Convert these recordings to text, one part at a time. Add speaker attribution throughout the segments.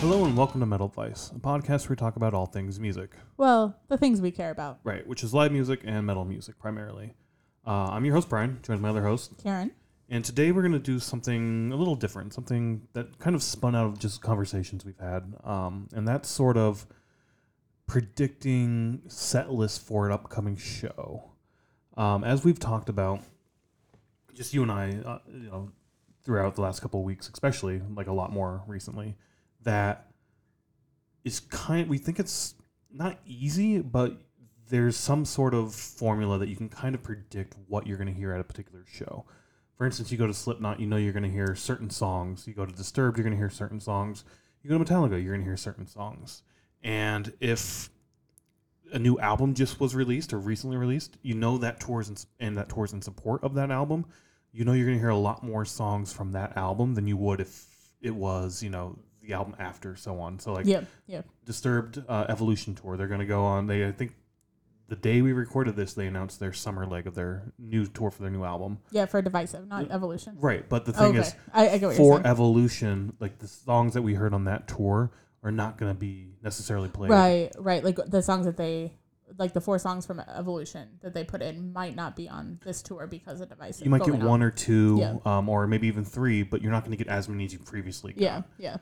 Speaker 1: Hello and welcome to Metal Vice, a podcast where we talk about all things music.
Speaker 2: Well, the things we care about.
Speaker 1: Right, which is live music and metal music primarily. Uh, I'm your host, Brian, joined by my other host.
Speaker 2: Karen,
Speaker 1: And today we're going to do something a little different, something that kind of spun out of just conversations we've had. Um, and that's sort of predicting set lists for an upcoming show. Um, as we've talked about, just you and I, uh, you know, throughout the last couple of weeks, especially like a lot more recently, that is kind. We think it's not easy, but there's some sort of formula that you can kind of predict what you're going to hear at a particular show. For instance, you go to Slipknot, you know you're going to hear certain songs. You go to Disturbed, you're going to hear certain songs. You go to Metallica, you're going to hear certain songs. And if a new album just was released or recently released, you know that tours in, and that tours in support of that album. You know you're going to hear a lot more songs from that album than you would if it was, you know, the album after so on. So like
Speaker 2: yep, yep.
Speaker 1: Disturbed uh, Evolution tour. They're going to go on. They I think the day we recorded this, they announced their summer leg of their new tour for their new album.
Speaker 2: Yeah, for divisive, not evolution.
Speaker 1: Right, but the thing
Speaker 2: Oh, okay.
Speaker 1: is,
Speaker 2: I, I get what you're
Speaker 1: for
Speaker 2: saying.
Speaker 1: Evolution, like the songs that we heard on that tour are not going to be necessarily played.
Speaker 2: right, right. Like the songs that they, like the four songs from evolution that they put in might not be on this tour because of divisive.
Speaker 1: You might
Speaker 2: going
Speaker 1: get
Speaker 2: on.
Speaker 1: one or two,
Speaker 2: Yeah.
Speaker 1: um, or maybe even three, but you're not going to get as many as you previously. got.
Speaker 2: Yeah, yeah.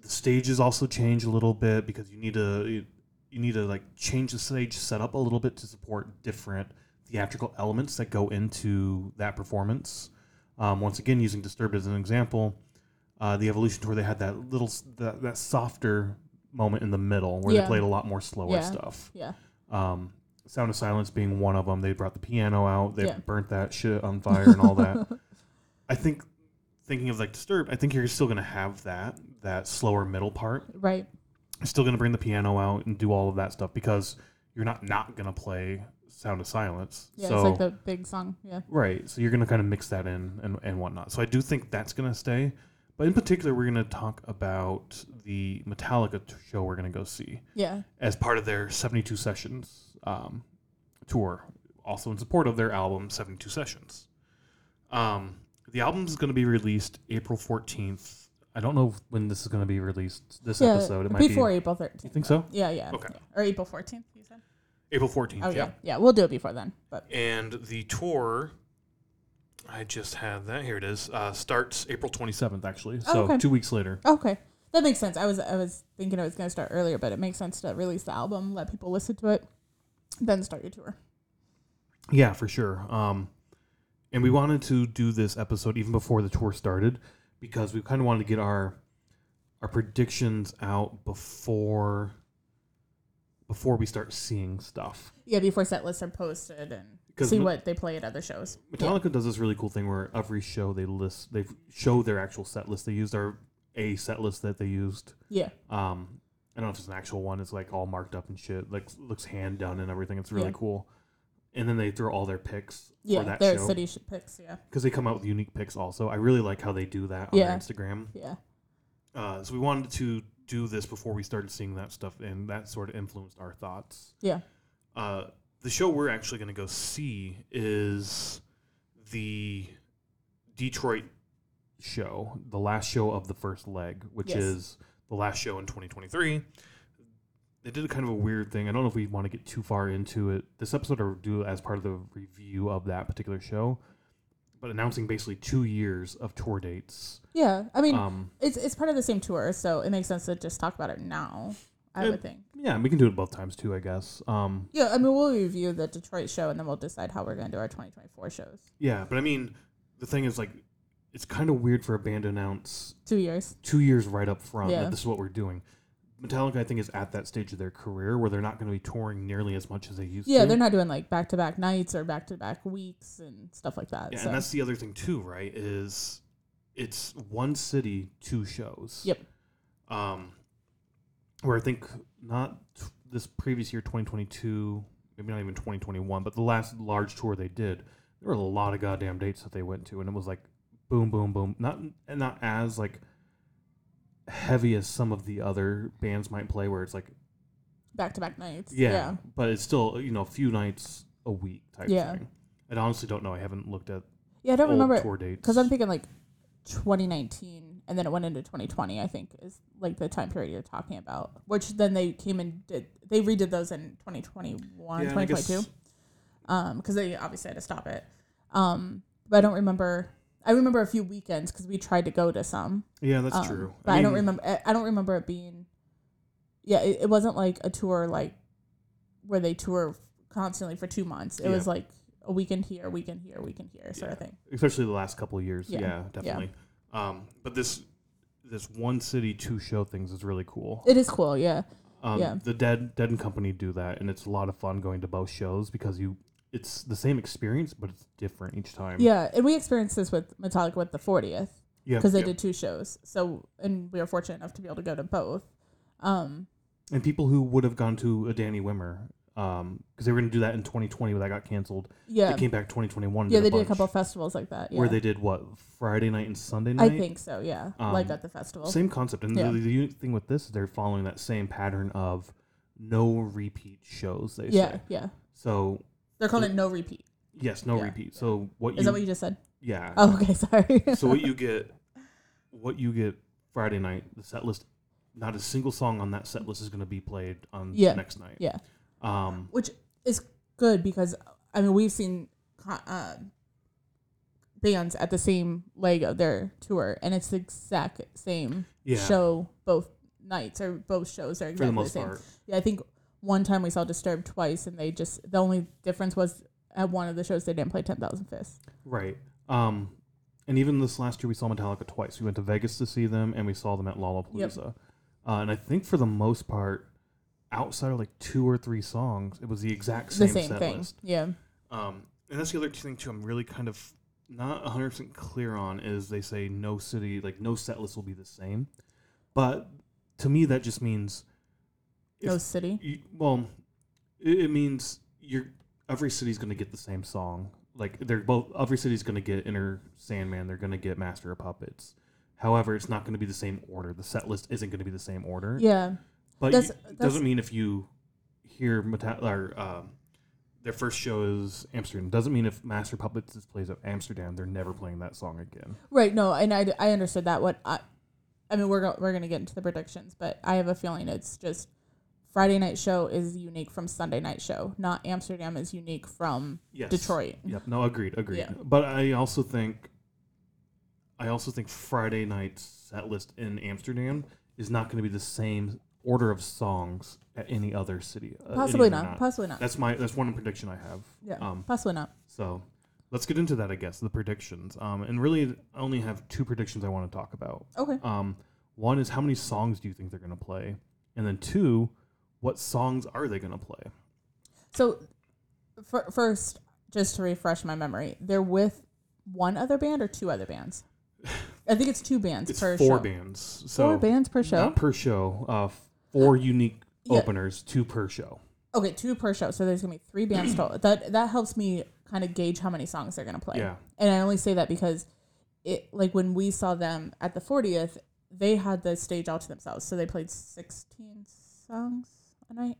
Speaker 1: the stages also change a little bit because you need to you need to like change the stage setup a little bit to support different theatrical elements that go into that performance. Um, once again, using Disturbed as an example, uh, the Evolution tour they had that little s- that, that softer moment in the middle where they
Speaker 2: Yeah.
Speaker 1: played a lot more slower
Speaker 2: Yeah.
Speaker 1: stuff.
Speaker 2: Yeah.
Speaker 1: Um, Sound of Silence being one of them. They brought the piano out. They
Speaker 2: Yeah.
Speaker 1: burnt that shit on fire and all that. I think thinking of like Disturbed, I think you're still gonna have that that slower middle part
Speaker 2: Right.
Speaker 1: still going to bring the piano out and do all of that stuff because you're not not going to play Sound of Silence.
Speaker 2: Yeah,
Speaker 1: so
Speaker 2: it's like the big song. Yeah.
Speaker 1: right, so you're going to kind of mix that in and and whatnot. So I do think that's going to stay. But in particular, we're going to talk about the Metallica t- show we're going to go see
Speaker 2: Yeah.
Speaker 1: as part of their 72 Sessions um, tour, also in support of their album 72 Sessions. Um, the album is going to be released April 14th. I don't know when this is going to be released. This
Speaker 2: yeah.
Speaker 1: episode, it might
Speaker 2: before
Speaker 1: be.
Speaker 2: April
Speaker 1: You
Speaker 2: 13th.
Speaker 1: think so?
Speaker 2: Yeah, yeah.
Speaker 1: Okay.
Speaker 2: yeah. Or April 14th, you said?
Speaker 1: April 14th.
Speaker 2: Oh,
Speaker 1: yeah.
Speaker 2: yeah. yeah. we'll do it before then. But
Speaker 1: And the tour, I just have that. Here it is. Uh, starts April 27th, actually. So
Speaker 2: Oh, okay.
Speaker 1: two weeks later.
Speaker 2: Okay. That makes sense. I was I was thinking I was gonna start earlier, but it makes sense to release the album, let people listen to it, then start your tour.
Speaker 1: Yeah, for sure. Um, and we wanted to do this episode even before the tour started because we kind of wanted to get our our predictions out before before we start seeing stuff.
Speaker 2: Yeah, before set lists are posted and
Speaker 1: 'Cause
Speaker 2: see
Speaker 1: Met-
Speaker 2: what they play at other shows. Yeah.
Speaker 1: Metallica does this really cool thing where every show they list they show their actual set list they used or a set list that they used
Speaker 2: Yeah.
Speaker 1: Um, I don't know if it's an actual one. It's like all marked up and shit. Like looks hand done and everything. It's really
Speaker 2: Yeah.
Speaker 1: cool. And then they throw all their picks for
Speaker 2: Yeah.
Speaker 1: that
Speaker 2: Their
Speaker 1: show
Speaker 2: city sh- picks, yeah.
Speaker 1: because they come out with unique picks. Also, I really like how they do that on
Speaker 2: Yeah.
Speaker 1: their Instagram.
Speaker 2: Yeah.
Speaker 1: Uh, so we wanted to do this before we started seeing that stuff, and that sort of influenced our thoughts.
Speaker 2: Yeah.
Speaker 1: Uh, the show we're actually going to go see is the Detroit show, the last show of the first leg, which
Speaker 2: Yes.
Speaker 1: is the last show in 2023. They did a kind of a weird thing. I don't know if we want to get too far into it. This episode will do it as part of the review of that particular show, but announcing basically two years of tour dates.
Speaker 2: Yeah. I mean
Speaker 1: Um,
Speaker 2: it's it's part of the same tour, so it makes sense to just talk about it now, I
Speaker 1: Yeah.
Speaker 2: would think.
Speaker 1: Yeah, we can do it both times too, I guess. Um,
Speaker 2: Yeah, I mean we'll review the Detroit show and then we'll decide how we're gonna do our twenty twenty four shows.
Speaker 1: yeah, but I mean, the thing is, like, it's kind of weird for a band to announce
Speaker 2: Two years.
Speaker 1: two years right up front
Speaker 2: Yeah.
Speaker 1: that this is what we're doing. Metallica, I think, is at that stage of their career where they're not going to be touring nearly as much as they used
Speaker 2: Yeah,
Speaker 1: to.
Speaker 2: they're not doing like back to back nights or back to back weeks and stuff like that.
Speaker 1: Yeah,
Speaker 2: so
Speaker 1: and that's the other thing too, right? Is it's one city, two shows.
Speaker 2: Yep.
Speaker 1: Um, where I think not t- this previous year, 2022, maybe not even 2021, but the last large tour they did, there were a lot of goddamn dates that they went to, and it was like boom, boom, boom. Not and not as like heavy as some of the other bands might play, where it's like
Speaker 2: back to back nights.
Speaker 1: yeah, but it's still you know a few nights a week type
Speaker 2: Yeah.
Speaker 1: thing. I honestly don't know. I haven't looked at
Speaker 2: Yeah, I don't
Speaker 1: old
Speaker 2: remember
Speaker 1: tour dates
Speaker 2: because I'm thinking like 2019 and then it went into 2020. I think is like the time period you're talking about. Which then they came and did they redid those in 2021,
Speaker 1: Yeah, and I guess-
Speaker 2: 2022, Um, 'cause because they obviously had to stop it. Um, but I don't remember. I remember a few weekends because we tried to go to some.
Speaker 1: Yeah, that's
Speaker 2: um,
Speaker 1: true.
Speaker 2: But I, don't
Speaker 1: mean,
Speaker 2: remember. I- I don't remember it being. Yeah, it, it wasn't like a tour like where they tour constantly for two months. It
Speaker 1: Yeah.
Speaker 2: was like a weekend here, weekend here, weekend here sort of
Speaker 1: Yeah.
Speaker 2: thing.
Speaker 1: especially the last couple of years. Yeah,
Speaker 2: Yeah.
Speaker 1: definitely. Um, but this this one city two show things is really cool.
Speaker 2: It is cool, yeah.
Speaker 1: Um,
Speaker 2: yeah.
Speaker 1: The Dead Dead and Company do that, and it's a lot of fun going to both shows because you it's the same experience, but it's different each time.
Speaker 2: Yeah, and we experienced this with Metallica with the 40th
Speaker 1: yeah,
Speaker 2: because they
Speaker 1: yeah.
Speaker 2: did two shows. So, and we were fortunate enough to be able to go to both. Um,
Speaker 1: And people who would have gone to a Danny Wimmer, because they were going to do that in 2020, but that got canceled.
Speaker 2: yeah.
Speaker 1: They came back 2021. and
Speaker 2: Yeah,
Speaker 1: did
Speaker 2: they
Speaker 1: a
Speaker 2: did a
Speaker 1: bunch,
Speaker 2: couple of festivals like that. Yeah.
Speaker 1: where they did what Friday night and Sunday
Speaker 2: I
Speaker 1: night.
Speaker 2: think so, yeah.
Speaker 1: Um,
Speaker 2: like at the festival.
Speaker 1: Same concept, and
Speaker 2: Yeah.
Speaker 1: the, the unique thing with this, they're following that same pattern of no repeat shows. They
Speaker 2: yeah,
Speaker 1: say
Speaker 2: yeah.
Speaker 1: so.
Speaker 2: They're calling it No Repeat.
Speaker 1: Yes, no
Speaker 2: Yeah.
Speaker 1: repeat. So what
Speaker 2: Is
Speaker 1: you
Speaker 2: that what you just said?
Speaker 1: yeah.
Speaker 2: Oh, okay, sorry.
Speaker 1: so what you get, what you get Friday night, the set list. Not a single song on that set list is going to be played on
Speaker 2: Yeah.
Speaker 1: next night.
Speaker 2: Yeah.
Speaker 1: Um.
Speaker 2: which is good because I mean we've seen co- uh, bands at the same leg of their tour, and it's the exact same
Speaker 1: Yeah.
Speaker 2: show both nights or both shows are
Speaker 1: for
Speaker 2: exactly
Speaker 1: the
Speaker 2: the,
Speaker 1: most
Speaker 2: same.
Speaker 1: part.
Speaker 2: Yeah, I think one time we saw Disturbed twice, and they just the only difference was at one of the shows they didn't play Ten Thousand Fists.
Speaker 1: Right. Um, and even this last year, we saw Metallica twice. We went to Vegas to see them, and we saw them at Lollapalooza. Uh, and I think for the most part, outside of like two or three songs, it was the exact same,
Speaker 2: the same
Speaker 1: set
Speaker 2: thing.
Speaker 1: list.
Speaker 2: Yeah,
Speaker 1: Um, and that's the other thing too. I'm really kind of not 100 percent clear on is they say no city, like no set list will be the same. But to me, that just means
Speaker 2: no
Speaker 1: If-
Speaker 2: city.
Speaker 1: you, well, it, it means you're every city's going to get the same song. Like they're both every city's going to get Inner Sandman. They're going to get Master of Puppets. However, it's not going to be the same order. The set list isn't going to be the same order.
Speaker 2: Yeah,
Speaker 1: but
Speaker 2: that's-
Speaker 1: you- it
Speaker 2: that's-
Speaker 1: doesn't mean if you hear Meta- or um, their first show is Amsterdam. Doesn't mean if Master of Puppets is plays at Amsterdam, they're never playing that song again.
Speaker 2: right. No, and I, I understood that. What I, I mean, we're go, we're gonna get into the predictions, but I have a feeling it's just Friday night show is unique from Sunday night show. Not Amsterdam is unique from
Speaker 1: Yes.
Speaker 2: Detroit.
Speaker 1: Yep. No, agreed, agreed.
Speaker 2: Yeah.
Speaker 1: But I also think, I also think Friday night's set list in Amsterdam is not going to be the same order of songs at any other city. uh, any
Speaker 2: Possibly
Speaker 1: other
Speaker 2: not.
Speaker 1: not.
Speaker 2: Possibly not.
Speaker 1: That's my that's one prediction I have.
Speaker 2: yeah.
Speaker 1: Um,
Speaker 2: Possibly not.
Speaker 1: so let's get into that. I guess the predictions. Um, and really, I only have two predictions I want to talk about.
Speaker 2: Okay.
Speaker 1: Um, one is how many songs do you think they're going to play, and then two, what songs are they going to play?
Speaker 2: So, fir- first, just to refresh my memory, they're with one other band or two other bands. I think it's two bands
Speaker 1: It's
Speaker 2: per
Speaker 1: four
Speaker 2: show.
Speaker 1: bands. So
Speaker 2: Four bands per show.
Speaker 1: Not per show. Uh, four unique
Speaker 2: Yeah.
Speaker 1: openers, two per show.
Speaker 2: Okay, two per show. So there's gonna be three bands total. That that helps me kind of gauge how many songs they're gonna play.
Speaker 1: Yeah.
Speaker 2: And I only say that because it like when we saw them at the 40th, they had the stage all to themselves. So they played 16 songs a night.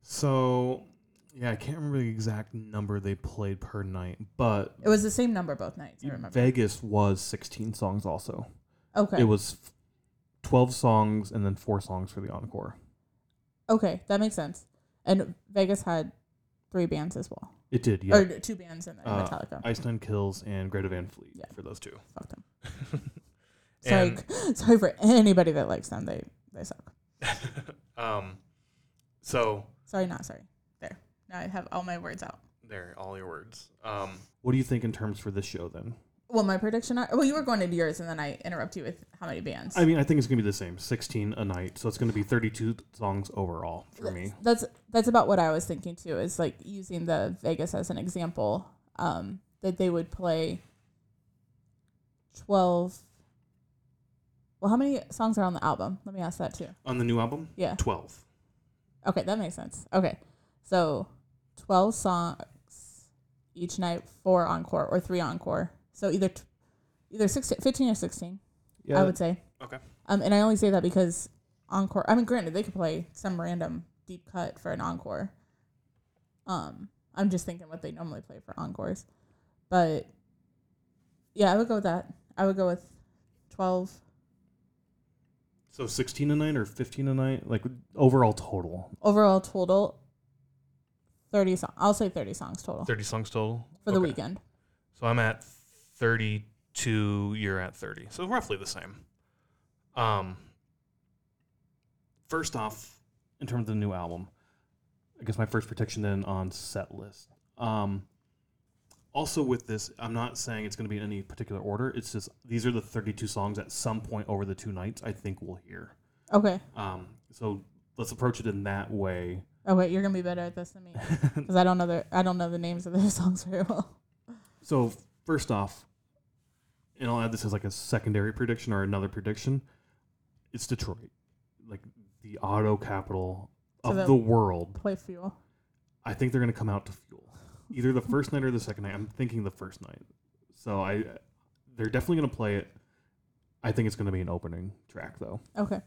Speaker 1: So yeah, I can't remember the exact number they played per night, but
Speaker 2: It was the same number both nights. I remember.
Speaker 1: Vegas was 16 songs also.
Speaker 2: Okay.
Speaker 1: It was 12 songs and then four songs for the encore.
Speaker 2: okay, that makes sense. And Vegas had three bands as well,
Speaker 1: It did, yeah.
Speaker 2: or two bands and then
Speaker 1: Uh,
Speaker 2: Metallica.
Speaker 1: Ice Nine Kills and Greta Van Fleet
Speaker 2: Yeah.
Speaker 1: for those two.
Speaker 2: Fuck them. Sorry,
Speaker 1: And-
Speaker 2: sorry for anybody that likes them. They they suck.
Speaker 1: um, so
Speaker 2: Sorry, not sorry. There. Now I have all my words out.
Speaker 1: there, all your words. Um, what do you think in terms for this show then?
Speaker 2: Well, my prediction. Well, you were going into yours, and then I interrupt you with how many bands.
Speaker 1: I mean, I think it's gonna be the same, sixteen a night. So it's gonna be thirty-two songs overall for me.
Speaker 2: that's that's about what I was thinking too. Is like using the Vegas as an example, um, that they would play twelve. Well, how many songs are on the album? Let me ask that too.
Speaker 1: On the new album,
Speaker 2: Yeah.
Speaker 1: twelve.
Speaker 2: Okay, that makes sense. Okay, so twelve songs each night, four encore or three encore. So either t- either 16, 15 or sixteen. I would say.
Speaker 1: Okay.
Speaker 2: Um, and I only say that because encore. I mean, granted, they could play some random deep cut for an encore. Um, I'm just thinking what they normally play for encores, but yeah, I would go with that. I would go with twelve
Speaker 1: So 16 a night or 15 a night? Like overall total?
Speaker 2: Overall total, thirty. songs. I'll say thirty songs total
Speaker 3: 30 songs total
Speaker 2: for the
Speaker 3: Okay.
Speaker 2: weekend.
Speaker 3: So I'm at 32, you're at 30. So roughly the same. Um,
Speaker 1: First off, in terms of the new album, I guess my first prediction then on set list. Um, also, with this, I'm not saying it's going to be in any particular order. It's just these are the 32 songs at some point over the two nights I think we'll hear.
Speaker 2: Okay.
Speaker 1: Um, so let's approach it in that way.
Speaker 2: Okay, Oh, you're gonna be better at this than me because I don't know the I don't know the names of their songs very well.
Speaker 1: So first off, and I'll add this as like a secondary prediction or another prediction. It's Detroit, like the auto capital
Speaker 2: So
Speaker 1: of
Speaker 2: that-
Speaker 1: the world.
Speaker 2: Play Fuel.
Speaker 1: I think they're going to come out to fuel, either the first night or the second night. I'm thinking the first night. So I, they're definitely going to play it. I think it's going to be an opening track though.
Speaker 2: Okay.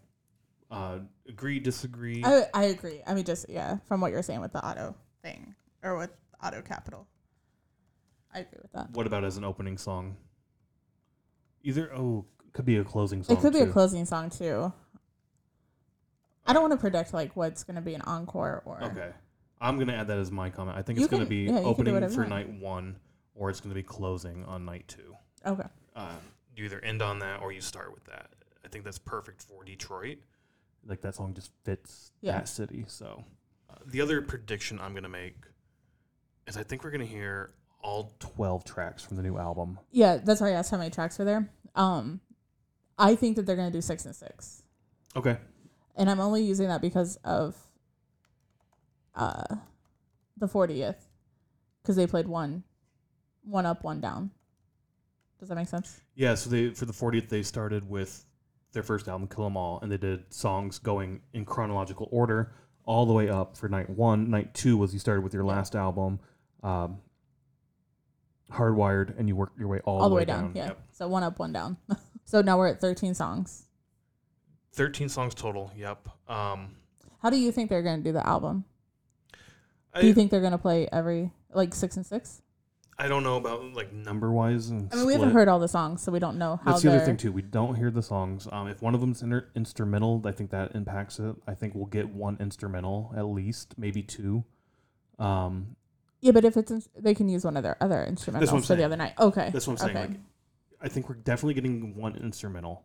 Speaker 1: Uh, agree, disagree.
Speaker 2: I, I agree. I mean, just yeah, from what you're saying with the auto thing or with auto capital, I agree with that.
Speaker 1: what about as an opening song? Either oh, could be a closing song.
Speaker 2: It could be
Speaker 1: too.
Speaker 2: a closing song too. I don't want to predict like what's gonna be an encore or
Speaker 1: Okay. I'm going to add that as my comment. I think
Speaker 2: You
Speaker 1: it's going to
Speaker 2: can-
Speaker 1: be
Speaker 2: yeah, you can do
Speaker 1: opening
Speaker 2: whatever
Speaker 1: for
Speaker 2: you want.
Speaker 1: night one or it's going to be closing on night two.
Speaker 2: okay.
Speaker 1: Uh,
Speaker 3: you either end on that or you start with that. I think that's perfect for Detroit.
Speaker 1: like that song just fits
Speaker 2: Yeah.
Speaker 1: that city. So
Speaker 3: Uh, the other prediction I'm going to make is I think we're going to hear all
Speaker 1: 12 tracks from the new album.
Speaker 2: Yeah, that's why I asked how many tracks were there. Um, I think that they're gonna do six and six.
Speaker 1: Okay.
Speaker 2: and I'm only using that because of uh the 40th because they played one one up one down does that make sense
Speaker 1: Yeah. So they, for the 40th, they started with their first album, Kill 'Em All, and they did songs going in chronological order all the way up for night one. Night two was you started with your last album, um, Hardwired, and you worked your way all,
Speaker 2: all, the way, down, yeah
Speaker 1: Yep.
Speaker 2: so one up one down so now we're at 13 songs
Speaker 3: 13 songs total. Yep. Um,
Speaker 2: how do you think they're gonna do the album
Speaker 3: I,
Speaker 2: do you think they're gonna play every like six and six
Speaker 3: I don't know about like number.
Speaker 1: Number wise, and
Speaker 2: i mean we haven't
Speaker 1: split.
Speaker 2: heard all the songs so we don't know how
Speaker 1: That's the other
Speaker 2: they're-
Speaker 1: thing too. We don't hear the songs. Um, if one of them's inter- instrumental, I think that impacts it. I think we'll get one instrumental at least, maybe two. Um,
Speaker 2: yeah but if it's in, they can use one of their other
Speaker 1: what I'm
Speaker 2: instrumentals for the
Speaker 1: saying.
Speaker 2: other night okay
Speaker 1: that's what I'm saying.
Speaker 2: okay.
Speaker 1: Like, I think we're definitely getting one instrumental.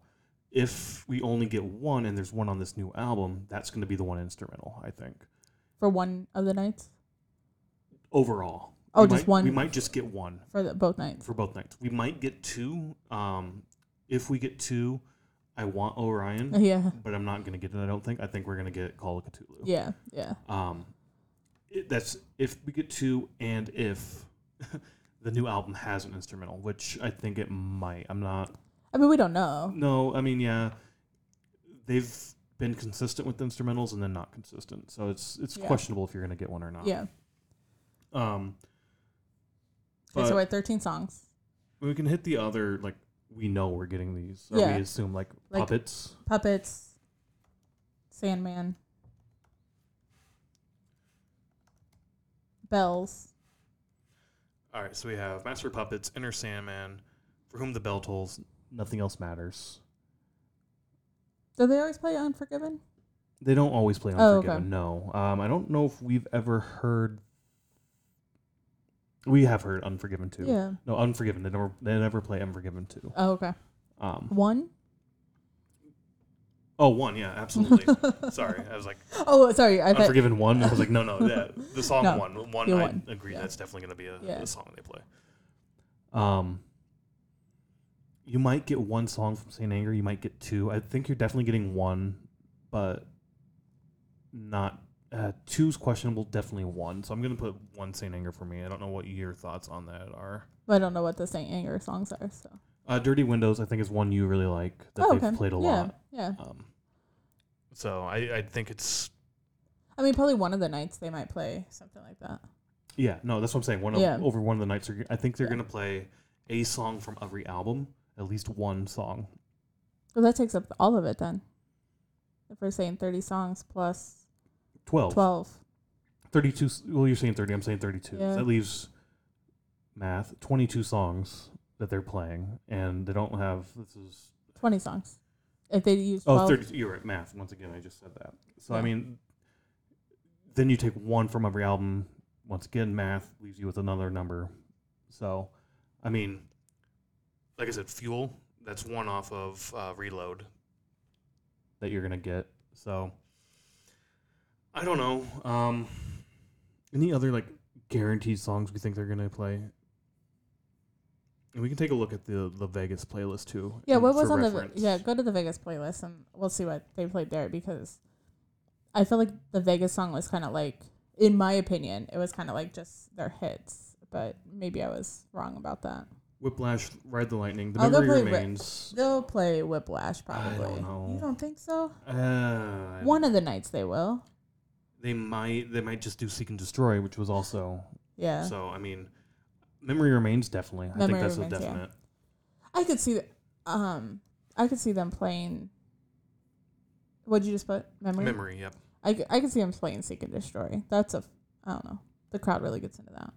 Speaker 1: If we only get one, and there's one on this new album, that's going to be the one instrumental. I think
Speaker 2: for one of the nights
Speaker 1: overall.
Speaker 2: Oh,
Speaker 1: we
Speaker 2: just
Speaker 1: might-
Speaker 2: one.
Speaker 1: We might just get one.
Speaker 2: for the, both nights
Speaker 1: for both nights. We might get two. Um, if we get two, I want Orion,
Speaker 2: yeah
Speaker 1: but I'm not going to get it. I don't think. I think we're going to get Call of Cthulhu.
Speaker 2: yeah yeah
Speaker 1: Um, it, that's if we get two, and if the new album has an instrumental, which I think it might. I'm not.
Speaker 2: i mean we don't know
Speaker 1: No, I mean, yeah, they've been consistent with instrumentals and then not consistent. So it's it's
Speaker 2: Yeah.
Speaker 1: questionable if you're going to get one or not.
Speaker 2: Yeah.
Speaker 1: Um,
Speaker 2: Okay, so
Speaker 1: but-
Speaker 2: we're at 13 songs.
Speaker 1: we can hit the other like we know we're getting these or
Speaker 2: Yeah.
Speaker 1: we assume like,
Speaker 2: Like-
Speaker 1: puppets
Speaker 2: Puppets, Sandman, Bells.
Speaker 3: All right. So we have Master Puppets, Inner Sandman, For Whom the Bell Tolls.
Speaker 1: nothing else matters
Speaker 2: Do they always play Unforgiven?
Speaker 1: they don't always play
Speaker 2: Oh,
Speaker 1: unforgiven
Speaker 2: okay.
Speaker 1: no um, i don't know if we've ever heard we have heard unforgiven too
Speaker 2: Yeah.
Speaker 1: no unforgiven they never they never play unforgiven too
Speaker 2: Oh, okay.
Speaker 1: um
Speaker 2: One?
Speaker 3: Oh, one. Yeah, absolutely. Sorry. I was like,
Speaker 2: Oh, sorry. I thought.
Speaker 3: Unforgiven one. I was like, no, no, yeah, the song
Speaker 2: No,
Speaker 3: one, one.
Speaker 2: you
Speaker 3: I
Speaker 2: won.
Speaker 3: agree.
Speaker 2: Yeah.
Speaker 3: That's definitely going to be a,
Speaker 2: Yeah.
Speaker 3: a song they play.
Speaker 1: um you might get one song from saint anger you might get two i think you're definitely getting one but not uh, two's questionable definitely one so i'm gonna put one saint anger for me i don't know what your thoughts on that are
Speaker 2: I don't know what the Saint Anger songs are. So.
Speaker 1: uh, dirty windows i think is one you really like that
Speaker 2: oh,
Speaker 1: they've
Speaker 2: okay.
Speaker 1: played a
Speaker 2: yeah.
Speaker 1: lot
Speaker 2: Yeah.
Speaker 1: um,
Speaker 3: So I, I think it's
Speaker 2: I mean, probably one of the nights they might play something like that.
Speaker 1: yeah no that's what i'm saying one of,
Speaker 2: Yeah.
Speaker 1: over one of the nights are, i think they're
Speaker 2: Yeah.
Speaker 1: gonna play a song from every album at least one song
Speaker 2: Well, that takes up all of it then. If we're saying 30 songs plus
Speaker 1: 12
Speaker 2: 12.
Speaker 1: 32 s- well you're saying 30 i'm saying 32
Speaker 2: Yeah.
Speaker 1: that leaves math 22 songs that they're playing and they don't have this is
Speaker 2: 20 songs. If they use
Speaker 1: Oh,
Speaker 2: 12,
Speaker 1: 32. You're right. Math. Once again, I just said that. So, I
Speaker 2: Yeah.
Speaker 1: mean, then you take one from every album. Once again, math leaves you with another number. So, I mean,
Speaker 3: Like I said, Fuel, that's one off of uh, Reload.
Speaker 1: that you're going to get. So,
Speaker 3: I don't know.
Speaker 1: um, any other like guaranteed songs we think they're going to play? And we can take a look at the the Vegas playlist too.
Speaker 2: yeah,
Speaker 1: and-
Speaker 2: what
Speaker 1: for
Speaker 2: was on
Speaker 1: reference.
Speaker 2: the yeah? Go to the Vegas playlist and we'll see what they played there because I feel like the Vegas song was kind of like, in my opinion, it was kind of like just their hits. But maybe I was wrong about that.
Speaker 1: Whiplash, Ride the Lightning, The
Speaker 2: Oh, they'll
Speaker 1: Memory
Speaker 2: play Ri-
Speaker 1: Remains.
Speaker 2: They'll play Whiplash
Speaker 1: I
Speaker 2: probably.
Speaker 1: don't know.
Speaker 2: You don't think so?
Speaker 1: Uh,
Speaker 2: One of the nights they will.
Speaker 1: they might they might just do Seek and Destroy, which was also
Speaker 2: Yeah,
Speaker 1: So I mean, memory remains definitely. I think
Speaker 2: Memory
Speaker 1: that's a
Speaker 2: Remains, yeah.
Speaker 1: definite.
Speaker 2: I could see. Th- um, I could see them playing. What'd you just put? Memory.
Speaker 3: Memory, yep.
Speaker 2: I, c- I could see them playing Seek and Destroy. That's a. f- I don't know. The crowd really gets into that.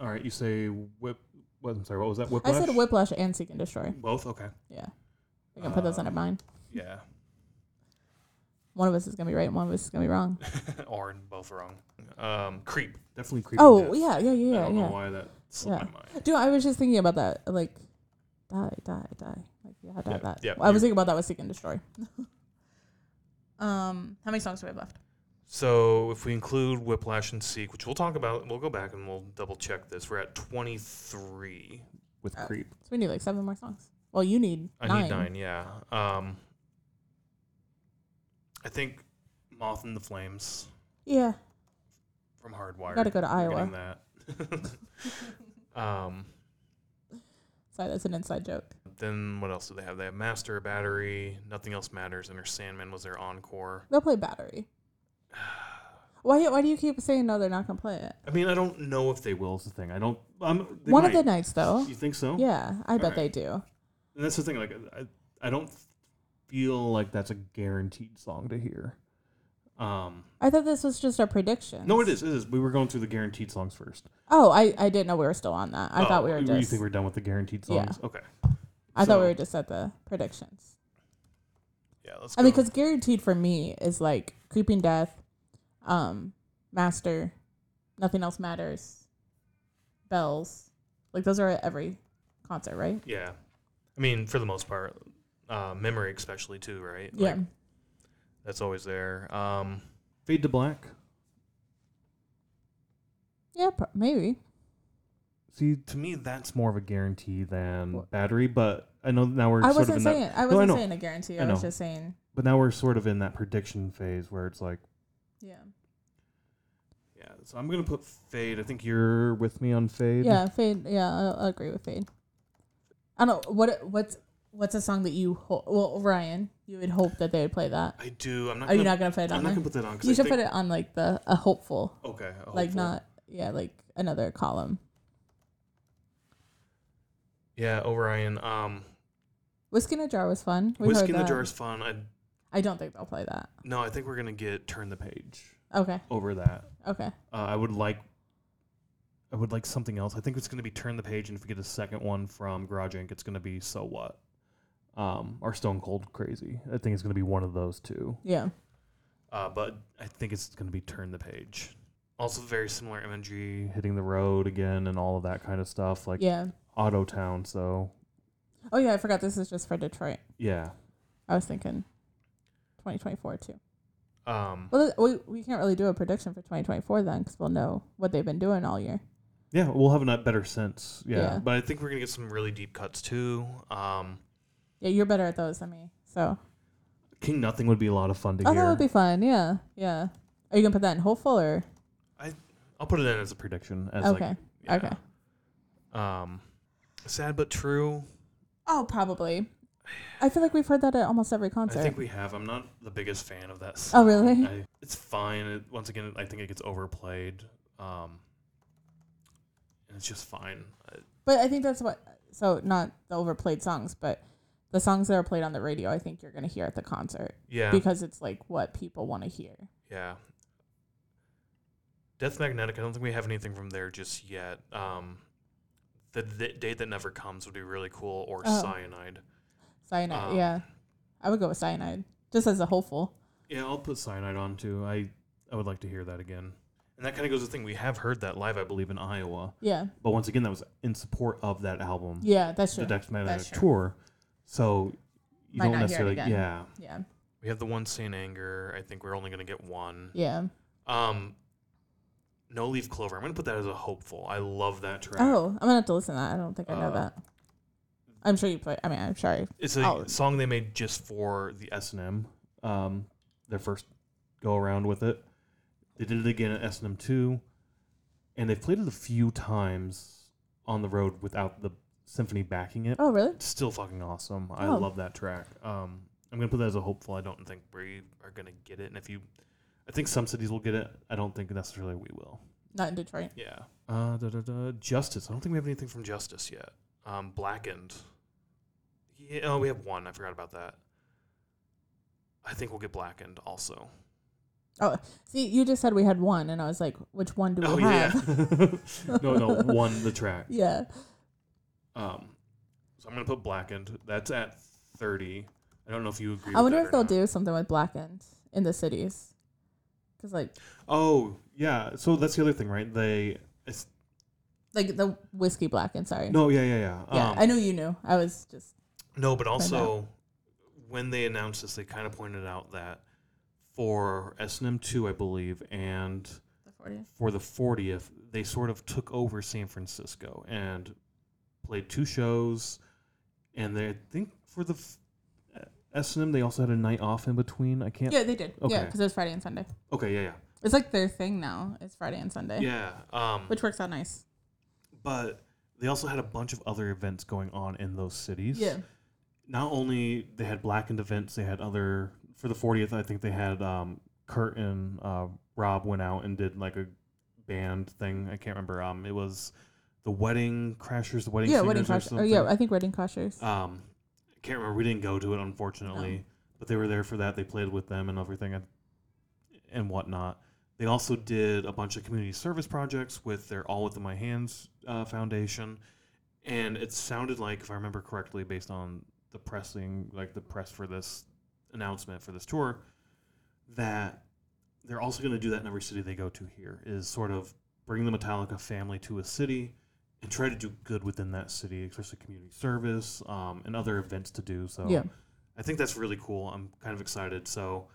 Speaker 1: All right, you say whip. What, I'm sorry. What was that? Whiplash.
Speaker 2: I said Whiplash and Seek and Destroy.
Speaker 3: Both? Okay.
Speaker 2: Yeah. I can put those under
Speaker 1: Uh,
Speaker 2: mine.
Speaker 3: Yeah.
Speaker 2: One of us is gonna be right, and one of us is gonna be wrong.
Speaker 3: or both are wrong. Um, Creep.
Speaker 1: Definitely creepy.
Speaker 2: Oh
Speaker 1: Death.
Speaker 2: yeah,
Speaker 1: I
Speaker 2: yeah, yeah, yeah.
Speaker 1: don't know
Speaker 2: yeah.
Speaker 1: why that slipped
Speaker 2: Yeah.
Speaker 1: my mind.
Speaker 2: Dude, I was just thinking about that. Like, die, die, die. Like, yeah, die,
Speaker 1: Yeah,
Speaker 2: that.
Speaker 3: yeah,
Speaker 2: I was
Speaker 3: you-
Speaker 2: thinking about that with Seek and Destroy. um, how many songs do we have left?
Speaker 3: So if we include Whiplash and Seek, which we'll talk about, we'll go back and we'll double check this. We're at 23.
Speaker 1: With
Speaker 2: Uh,
Speaker 1: creep.
Speaker 2: So we need like seven more songs. Well, you need
Speaker 3: I
Speaker 2: nine.
Speaker 3: need nine, yeah. Um, I think Moth and the Flames
Speaker 2: Yeah,
Speaker 3: from Hardwired.
Speaker 2: gotta go to
Speaker 3: We're
Speaker 2: Iowa.
Speaker 3: getting that. um,
Speaker 2: Sorry, that's an inside joke.
Speaker 3: then what else do they have? They have Master, Battery, Nothing Else Matters, Inner Sandman was their encore.
Speaker 2: They'll play Battery. Why? Why do you keep saying no? They're not gonna play it.
Speaker 1: I mean, I don't know if they will. Is the thing. I don't. I'm. They
Speaker 2: One
Speaker 1: might.
Speaker 2: of the nights, though.
Speaker 1: You think so?
Speaker 2: Yeah, I bet they do.
Speaker 1: And that's the thing. Like, I, I don't feel like that's a guaranteed song to hear. Um.
Speaker 2: I thought this was just a prediction.
Speaker 1: No, it is. It is. We were going through the guaranteed songs first.
Speaker 2: Oh, I, I didn't know we were still on that. I thought we
Speaker 1: Oh,
Speaker 2: were
Speaker 1: you-
Speaker 2: just.
Speaker 1: You think we're done with the guaranteed
Speaker 2: Yeah.
Speaker 1: songs? Okay.
Speaker 2: I thought we
Speaker 1: so-
Speaker 2: were just at the predictions.
Speaker 3: Yeah, let's
Speaker 2: I mean,
Speaker 3: go.
Speaker 2: because guaranteed for me is like Creeping Death, um, Master, Nothing Else Matters, Bells. Like those are at every concert, right?
Speaker 3: Yeah. I mean, for the most part, uh, memory especially too, right?
Speaker 2: yeah.
Speaker 3: Like, that's always there. Um,
Speaker 1: Fade to black.
Speaker 2: Yeah, pro- maybe.
Speaker 1: See, to me, that's more of a guarantee than
Speaker 2: What?
Speaker 1: battery. But I know now we're sort
Speaker 2: I
Speaker 1: of
Speaker 2: wasn't
Speaker 1: in
Speaker 2: saying
Speaker 1: that,
Speaker 2: I wasn't
Speaker 1: know.
Speaker 2: saying a guarantee. I,
Speaker 1: I
Speaker 2: was
Speaker 1: know.
Speaker 2: just saying
Speaker 1: but now we're sort of in that prediction phase where it's like,
Speaker 2: yeah.
Speaker 1: yeah. So I'm gonna put fade. I think you're with me on fade.
Speaker 2: Yeah, Fade. Yeah, I, I agree with Fade. I don't what what's what's a song that you ho- well Ryan you would hope that they would play that.
Speaker 3: I do. I'm not.
Speaker 2: Are
Speaker 3: Gonna,
Speaker 2: you not gonna put it
Speaker 3: I'm
Speaker 2: on
Speaker 3: not
Speaker 2: there?
Speaker 3: gonna put that on. 'cause
Speaker 2: You
Speaker 3: I
Speaker 2: should
Speaker 3: think,
Speaker 2: put it on like the a hopeful,
Speaker 3: Okay. a
Speaker 2: like
Speaker 3: hopeful.
Speaker 2: not yeah like another column.
Speaker 3: Yeah, Orion. Um,
Speaker 2: Whiskey in a jar was fun. We
Speaker 3: Whiskey
Speaker 2: heard
Speaker 3: in the
Speaker 2: that.
Speaker 3: Jar is fun. I
Speaker 2: I don't think they'll play that.
Speaker 3: no. I think we're gonna get turn the page
Speaker 2: Okay,
Speaker 1: Over that,
Speaker 2: okay.
Speaker 1: uh, I would like. I would like something else. I think it's gonna be turn the page, and if we get a second one from Garage Inc, it's gonna be so what. Um, or Stone Cold Crazy. I think it's gonna be one of those two.
Speaker 2: Yeah,
Speaker 3: Uh, but I think it's going to be turn the page. Also, very similar imagery.
Speaker 1: Hitting the road again and all of that kind of stuff, like
Speaker 2: yeah.
Speaker 1: Auto Town. So
Speaker 2: Oh yeah, I forgot this is just for Detroit.
Speaker 1: yeah,
Speaker 2: I was thinking 2024 too.
Speaker 3: Um,
Speaker 2: Well, th- we, we can't really do a prediction for 2024 then because we'll know what they've been doing all year.
Speaker 1: Yeah, we'll have a nut- better sense. Yeah.
Speaker 2: Yeah.
Speaker 3: but I think we're gonna get some really deep cuts too. Um,
Speaker 2: Yeah, you're better at those than me. So
Speaker 1: King Nothing would be a lot of fun to
Speaker 2: oh,
Speaker 1: hear.
Speaker 2: that would be fun. Yeah, yeah. Are you gonna put that in hopeful or
Speaker 3: I'll put it in as a.
Speaker 1: prediction. As
Speaker 2: okay,
Speaker 1: Like,
Speaker 3: yeah.
Speaker 2: okay?
Speaker 3: Um, sad but true.
Speaker 2: Oh, probably. I feel like we've heard that at almost every concert.
Speaker 3: I think we have. I'm not the biggest fan of that. Song.
Speaker 2: Oh, really?
Speaker 3: I, it's fine. It, once again, I think it gets overplayed. Um, and it's just fine. Uh, I,
Speaker 2: But I think that's what. So not the overplayed songs, but the songs that are played on the radio. I think you're gonna hear at the concert
Speaker 3: yeah,
Speaker 2: because it's like what people want to hear.
Speaker 3: yeah. Death Magnetic. I don't think we have anything from there just yet. Um, the, the day that never comes would be really cool, or
Speaker 2: Oh.
Speaker 3: Cyanide.
Speaker 2: Cyanide.
Speaker 3: Um,
Speaker 2: yeah. I would go with cyanide just as a hopeful.
Speaker 1: Yeah, I'll put cyanide on too. I I would like to hear that again. And that kind of goes to the thing we have heard that live, I believe, in Iowa.
Speaker 2: Yeah.
Speaker 1: But once again, that was in support of that album,
Speaker 2: Yeah, that's true.
Speaker 1: the Dex Magnetic
Speaker 2: true.
Speaker 1: tour. So you
Speaker 2: Might
Speaker 1: don't
Speaker 2: not hear it
Speaker 1: necessarily,
Speaker 2: again.
Speaker 1: yeah.
Speaker 2: yeah.
Speaker 3: We have the one Saint Anger. I think we're only going to get one.
Speaker 2: Yeah.
Speaker 3: Um, No Leaf Clover. I'm going to put that as a hopeful. I love that track.
Speaker 2: Oh, I'm gonna have to listen to that. I don't think I know
Speaker 3: Uh,
Speaker 2: that. I'm sure you play. I mean, I'm sorry.
Speaker 3: It's a
Speaker 2: Oh.
Speaker 3: song they made just for the S.
Speaker 1: S and M, um, their first go around with it. They did it again at S and M two, and they've played it a few times on the road without the symphony backing it.
Speaker 2: Oh, really?
Speaker 1: It's still fucking awesome. I
Speaker 2: Oh.
Speaker 1: love that track. Um, I'm gonna put that as a hopeful. I don't think we are gonna get it, and if you, I think some cities will get it. I don't think necessarily we will.
Speaker 2: Not in Detroit.
Speaker 3: Yeah. Uh, da, da, da. Justice. I don't think we have anything from Justice yet. Um, Blackened. Yeah, oh, we have one. I forgot about that. I think we'll get Blackened also.
Speaker 2: Oh, See, you just said we had one, and I was like, which one do we
Speaker 3: Oh,
Speaker 2: have?
Speaker 3: yeah.
Speaker 1: no, no, won the track.
Speaker 2: Yeah.
Speaker 3: Um, so I'm gonna put Blackened. That's at 30. I don't know if you agree.
Speaker 2: I
Speaker 3: with
Speaker 2: wonder
Speaker 3: that
Speaker 2: if
Speaker 3: or
Speaker 2: they'll
Speaker 3: not.
Speaker 2: do something with Blackened in the cities, because like
Speaker 1: Oh yeah. So that's the other thing, right? They. It's,
Speaker 2: like the whiskey Blackened. Sorry.
Speaker 1: no, yeah, yeah, yeah.
Speaker 2: Yeah,
Speaker 1: Um,
Speaker 2: I know you knew. I was just
Speaker 3: No, but
Speaker 2: now.
Speaker 3: also when they announced this, they kind of pointed out that for S and M two, I believe, and
Speaker 2: the 40th.
Speaker 1: for the 40th, they sort of took over San Francisco and played two shows. And they, I think for the f- uh, S&M, they also had a night off in between. I can't.
Speaker 2: Yeah, they did. Yeah, 'cause Yeah,
Speaker 1: Okay.
Speaker 2: because it was Friday and Sunday.
Speaker 1: Okay, yeah,
Speaker 2: It's like their thing now. It's Friday and
Speaker 3: yeah,
Speaker 2: Sunday,
Speaker 3: yeah. Um,
Speaker 2: which works out nice.
Speaker 1: but they also had a bunch of other events going on in those cities. Not only they had blackened events, they had other for the 40th. I think they had um, Kurt and uh, Rob went out and did like a band thing. I can't remember. Um, it was the Wedding Crashers, the Wedding
Speaker 2: yeah,
Speaker 1: Singers
Speaker 2: wedding
Speaker 1: or
Speaker 2: crashers. Oh,
Speaker 1: something.
Speaker 2: yeah, I think wedding crashers.
Speaker 1: Um, I can't remember. We didn't go to it, unfortunately. But they were there for that. They played with them and everything and, and whatnot. They also did a bunch of community service projects with their All Within My Hands uh, Foundation. And it sounded like, if I remember correctly, based on the pressing, like the press for this announcement for this tour, that they're also going to do that in every city they go to here, is sort of bring the Metallica family to a city and try to do good within that city, especially community service um, and other events to do. So
Speaker 2: Yeah.
Speaker 1: I think that's really cool. I'm kind of excited. So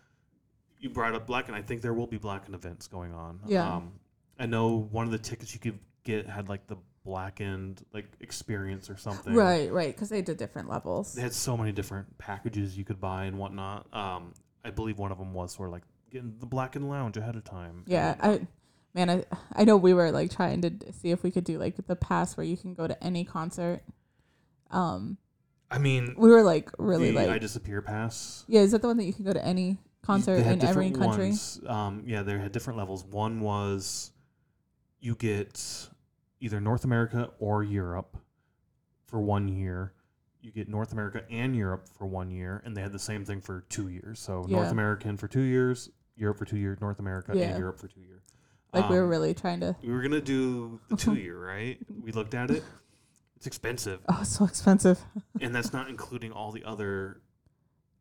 Speaker 1: you brought up Black, and I think there will be Black and events going on.
Speaker 2: Yeah.
Speaker 1: Um, I know one of the tickets you could get had like the blackened like experience or something.
Speaker 2: Right, right, because they did different levels.
Speaker 1: They had so many different packages you could buy and whatnot. Um, I believe one of them was sort of like getting the blackened lounge ahead of time.
Speaker 2: Yeah, I man, I I know we were like trying to d- see if we could do like the pass where you can go to any concert. Um,
Speaker 3: I mean,
Speaker 2: we were like really
Speaker 1: the
Speaker 2: like
Speaker 1: I disappear pass.
Speaker 2: yeah, is that the one that you can go to any concert
Speaker 1: They had
Speaker 2: in every
Speaker 1: different
Speaker 2: country?
Speaker 1: ones. Um, yeah, they had different levels. One was you get either North America or Europe for one year. You get North America and Europe for one year, and they had the same thing for two years. So North
Speaker 2: Yeah.
Speaker 1: American for two years, Europe for two years, North America
Speaker 2: Yeah.
Speaker 1: and Europe for two years.
Speaker 2: Like we were
Speaker 1: Um,
Speaker 2: really trying to.
Speaker 3: we were gonna do the two year, right? We looked at it. It's expensive,
Speaker 2: Oh, it's so expensive
Speaker 3: and that's not including all the other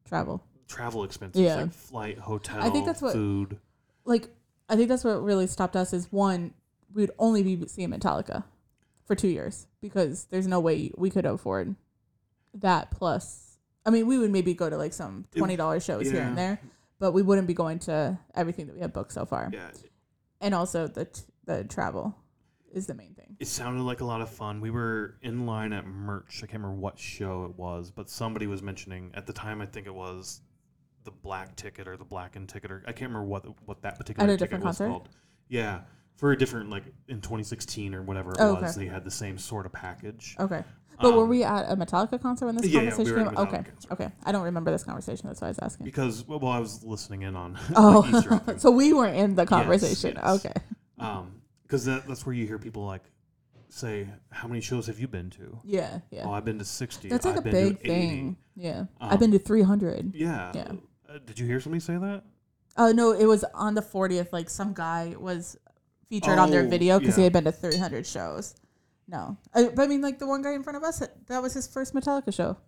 Speaker 2: travel.
Speaker 3: travel expenses
Speaker 2: Yeah.
Speaker 3: like flight, hotel,
Speaker 2: that's what-
Speaker 3: food.
Speaker 2: Like I think that's what really stopped us is one we would only be seeing Metallica for two years because there's no way we could afford that plus. I mean, we would maybe go to like some
Speaker 3: It-
Speaker 2: twenty dollars shows here
Speaker 1: yeah.
Speaker 2: and there, but we wouldn't be going to everything that we have booked so far.
Speaker 3: Yeah,
Speaker 2: and also the t- the travel is the main thing.
Speaker 1: It sounded like a lot of fun. We were in line at merch. I can't remember what show it was, but somebody was mentioning at the time. I think it was the black ticket or the blackened ticket, or I can't remember what what that particular ticket
Speaker 2: different
Speaker 1: was
Speaker 2: concert?
Speaker 1: called. Yeah, for a different like in 2016 or whatever it
Speaker 2: Oh,
Speaker 1: was,
Speaker 2: okay.
Speaker 1: they had the same sort of package.
Speaker 2: Okay, but were
Speaker 1: Um,
Speaker 2: we at a Metallica concert when this
Speaker 1: yeah, yeah, we
Speaker 2: conversation
Speaker 1: were at a
Speaker 2: came? up? Okay,
Speaker 1: Metallica concert.
Speaker 2: okay, I don't remember this conversation. That's why I was asking.
Speaker 1: Because well, well, I was listening in on Easter
Speaker 2: Oh,
Speaker 1: Upton.
Speaker 2: so we were in the conversation.
Speaker 1: yes.
Speaker 2: Okay,
Speaker 1: um because that, that's where you hear people like say, "How many shows have you been to?"
Speaker 2: yeah, yeah.
Speaker 1: Oh, I've been to 60.
Speaker 2: That's like
Speaker 1: I've
Speaker 2: a
Speaker 1: been
Speaker 2: big
Speaker 1: to Um, 80.
Speaker 2: thing. Yeah, I've been to three hundred.
Speaker 1: Yeah.
Speaker 2: Yeah.
Speaker 1: Uh, did you hear somebody say that?
Speaker 2: Oh no, it was on the fortieth. Like some guy was featured on their
Speaker 1: Oh,
Speaker 2: video because he
Speaker 1: yeah.
Speaker 2: had been to three hundred shows. No, I, but I mean, like the one guy in front of us, that was his first Metallica show.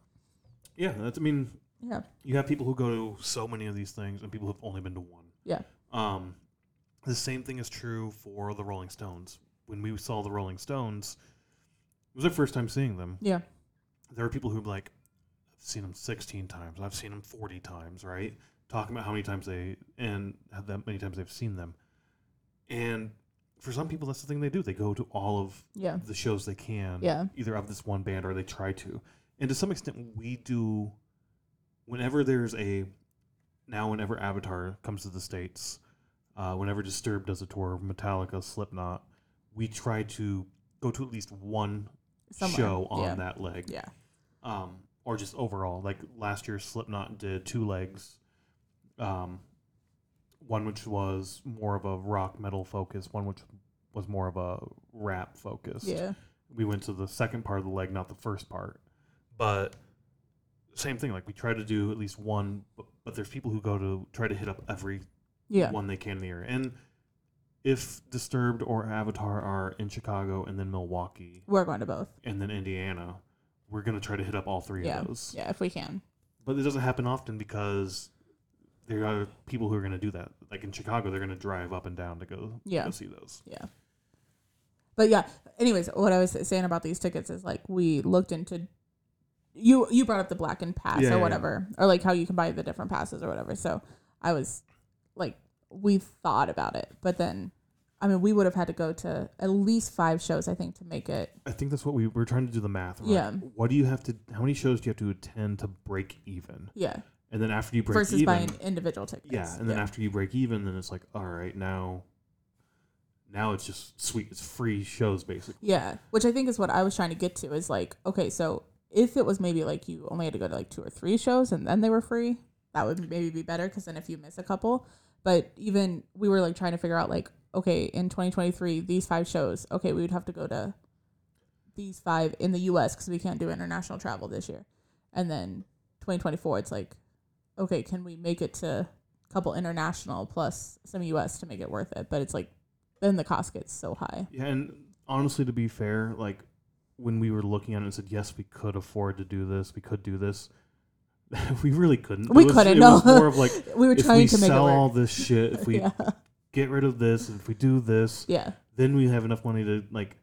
Speaker 1: Yeah, that's. I mean,
Speaker 2: Yeah.
Speaker 1: you have people who go to so many of these things and people who've only been to one.
Speaker 2: Yeah.
Speaker 1: Um, the same thing is true for the Rolling Stones. When we saw the Rolling Stones, it was our first time seeing them.
Speaker 2: Yeah.
Speaker 1: There were people who were like, I've seen them 16 times, I've seen them 40 times, right? Talking about how many times they, and how that many times they've seen them. And for some people, that's the thing they do. They go to all of
Speaker 2: Yeah.
Speaker 1: the shows they can,
Speaker 2: Yeah.
Speaker 1: either of this one band or they try to. And to some extent, we do. Whenever there's a now, whenever Avatar comes to the states, uh, whenever Disturbed does a tour, Metallica, Slipknot, we try to go to at least one
Speaker 2: Somewhere.
Speaker 1: show on
Speaker 2: yeah.
Speaker 1: that leg,
Speaker 2: Yeah.
Speaker 1: um, or just overall. Like last year, Slipknot did two legs. Um, one which was more of a rock metal focus, one which was more of a rap focus
Speaker 2: Yeah.
Speaker 1: we went to the second part of the leg, not the first part. But same thing, like we try to do at least one, but, but there's people who go to try to hit up every
Speaker 2: Yeah.
Speaker 1: one they can in the year. And if Disturbed or Avatar are in Chicago and then Milwaukee
Speaker 2: We're going to both.
Speaker 1: and then Indiana, we're going to try to hit up all three
Speaker 2: Yeah.
Speaker 1: of those.
Speaker 2: Yeah, if we can.
Speaker 1: But it doesn't happen often because there are people who are going to do that. Like in Chicago, they're going to drive up and down to go,
Speaker 2: Yeah.
Speaker 1: go see those.
Speaker 2: Yeah. But yeah, anyways, what I was saying about these tickets is like we looked into you you brought up the black and pass
Speaker 1: Yeah, yeah,
Speaker 2: or
Speaker 1: yeah.
Speaker 2: whatever. Or like how you can buy the different passes or whatever. So I was like we thought about it, but then I mean we would have had to go to at least five shows I think to make it
Speaker 1: I think that's what we were trying to do the math. right?
Speaker 2: Yeah.
Speaker 1: What do you have to? How many shows do you have to attend to break even?
Speaker 2: yeah.
Speaker 1: And then after you break
Speaker 2: Versus
Speaker 1: even,
Speaker 2: buying individual tickets.
Speaker 1: yeah. And then after you break even, then it's like, all right, now, now it's just sweet. It's free shows basically.
Speaker 2: Yeah, which I think is what I was trying to get to is like, okay, so if it was maybe like you only had to go to like two or three shows and then they were free, that would maybe be better because then if you miss a couple, but even we were like trying to figure out like, okay, in 2023, these five shows, okay, we would have to go to these five in the US because we can't do international travel this year. And then 2024, it's like, okay, can we make it to a couple international plus some US to make it worth it? But it's like, then the cost gets so high.
Speaker 1: Yeah. And honestly, to be fair, like when we were looking at it and said, yes, we could afford to do this. We could do this. we really couldn't.
Speaker 2: We
Speaker 1: It was-
Speaker 2: couldn't,
Speaker 1: It
Speaker 2: no.
Speaker 1: was more of like
Speaker 2: we were
Speaker 1: if
Speaker 2: trying
Speaker 1: we
Speaker 2: to make it
Speaker 1: sell all
Speaker 2: work.
Speaker 1: this shit, if we
Speaker 2: yeah.
Speaker 1: get rid of this, if we do this,
Speaker 2: yeah,
Speaker 1: then we have enough money to like.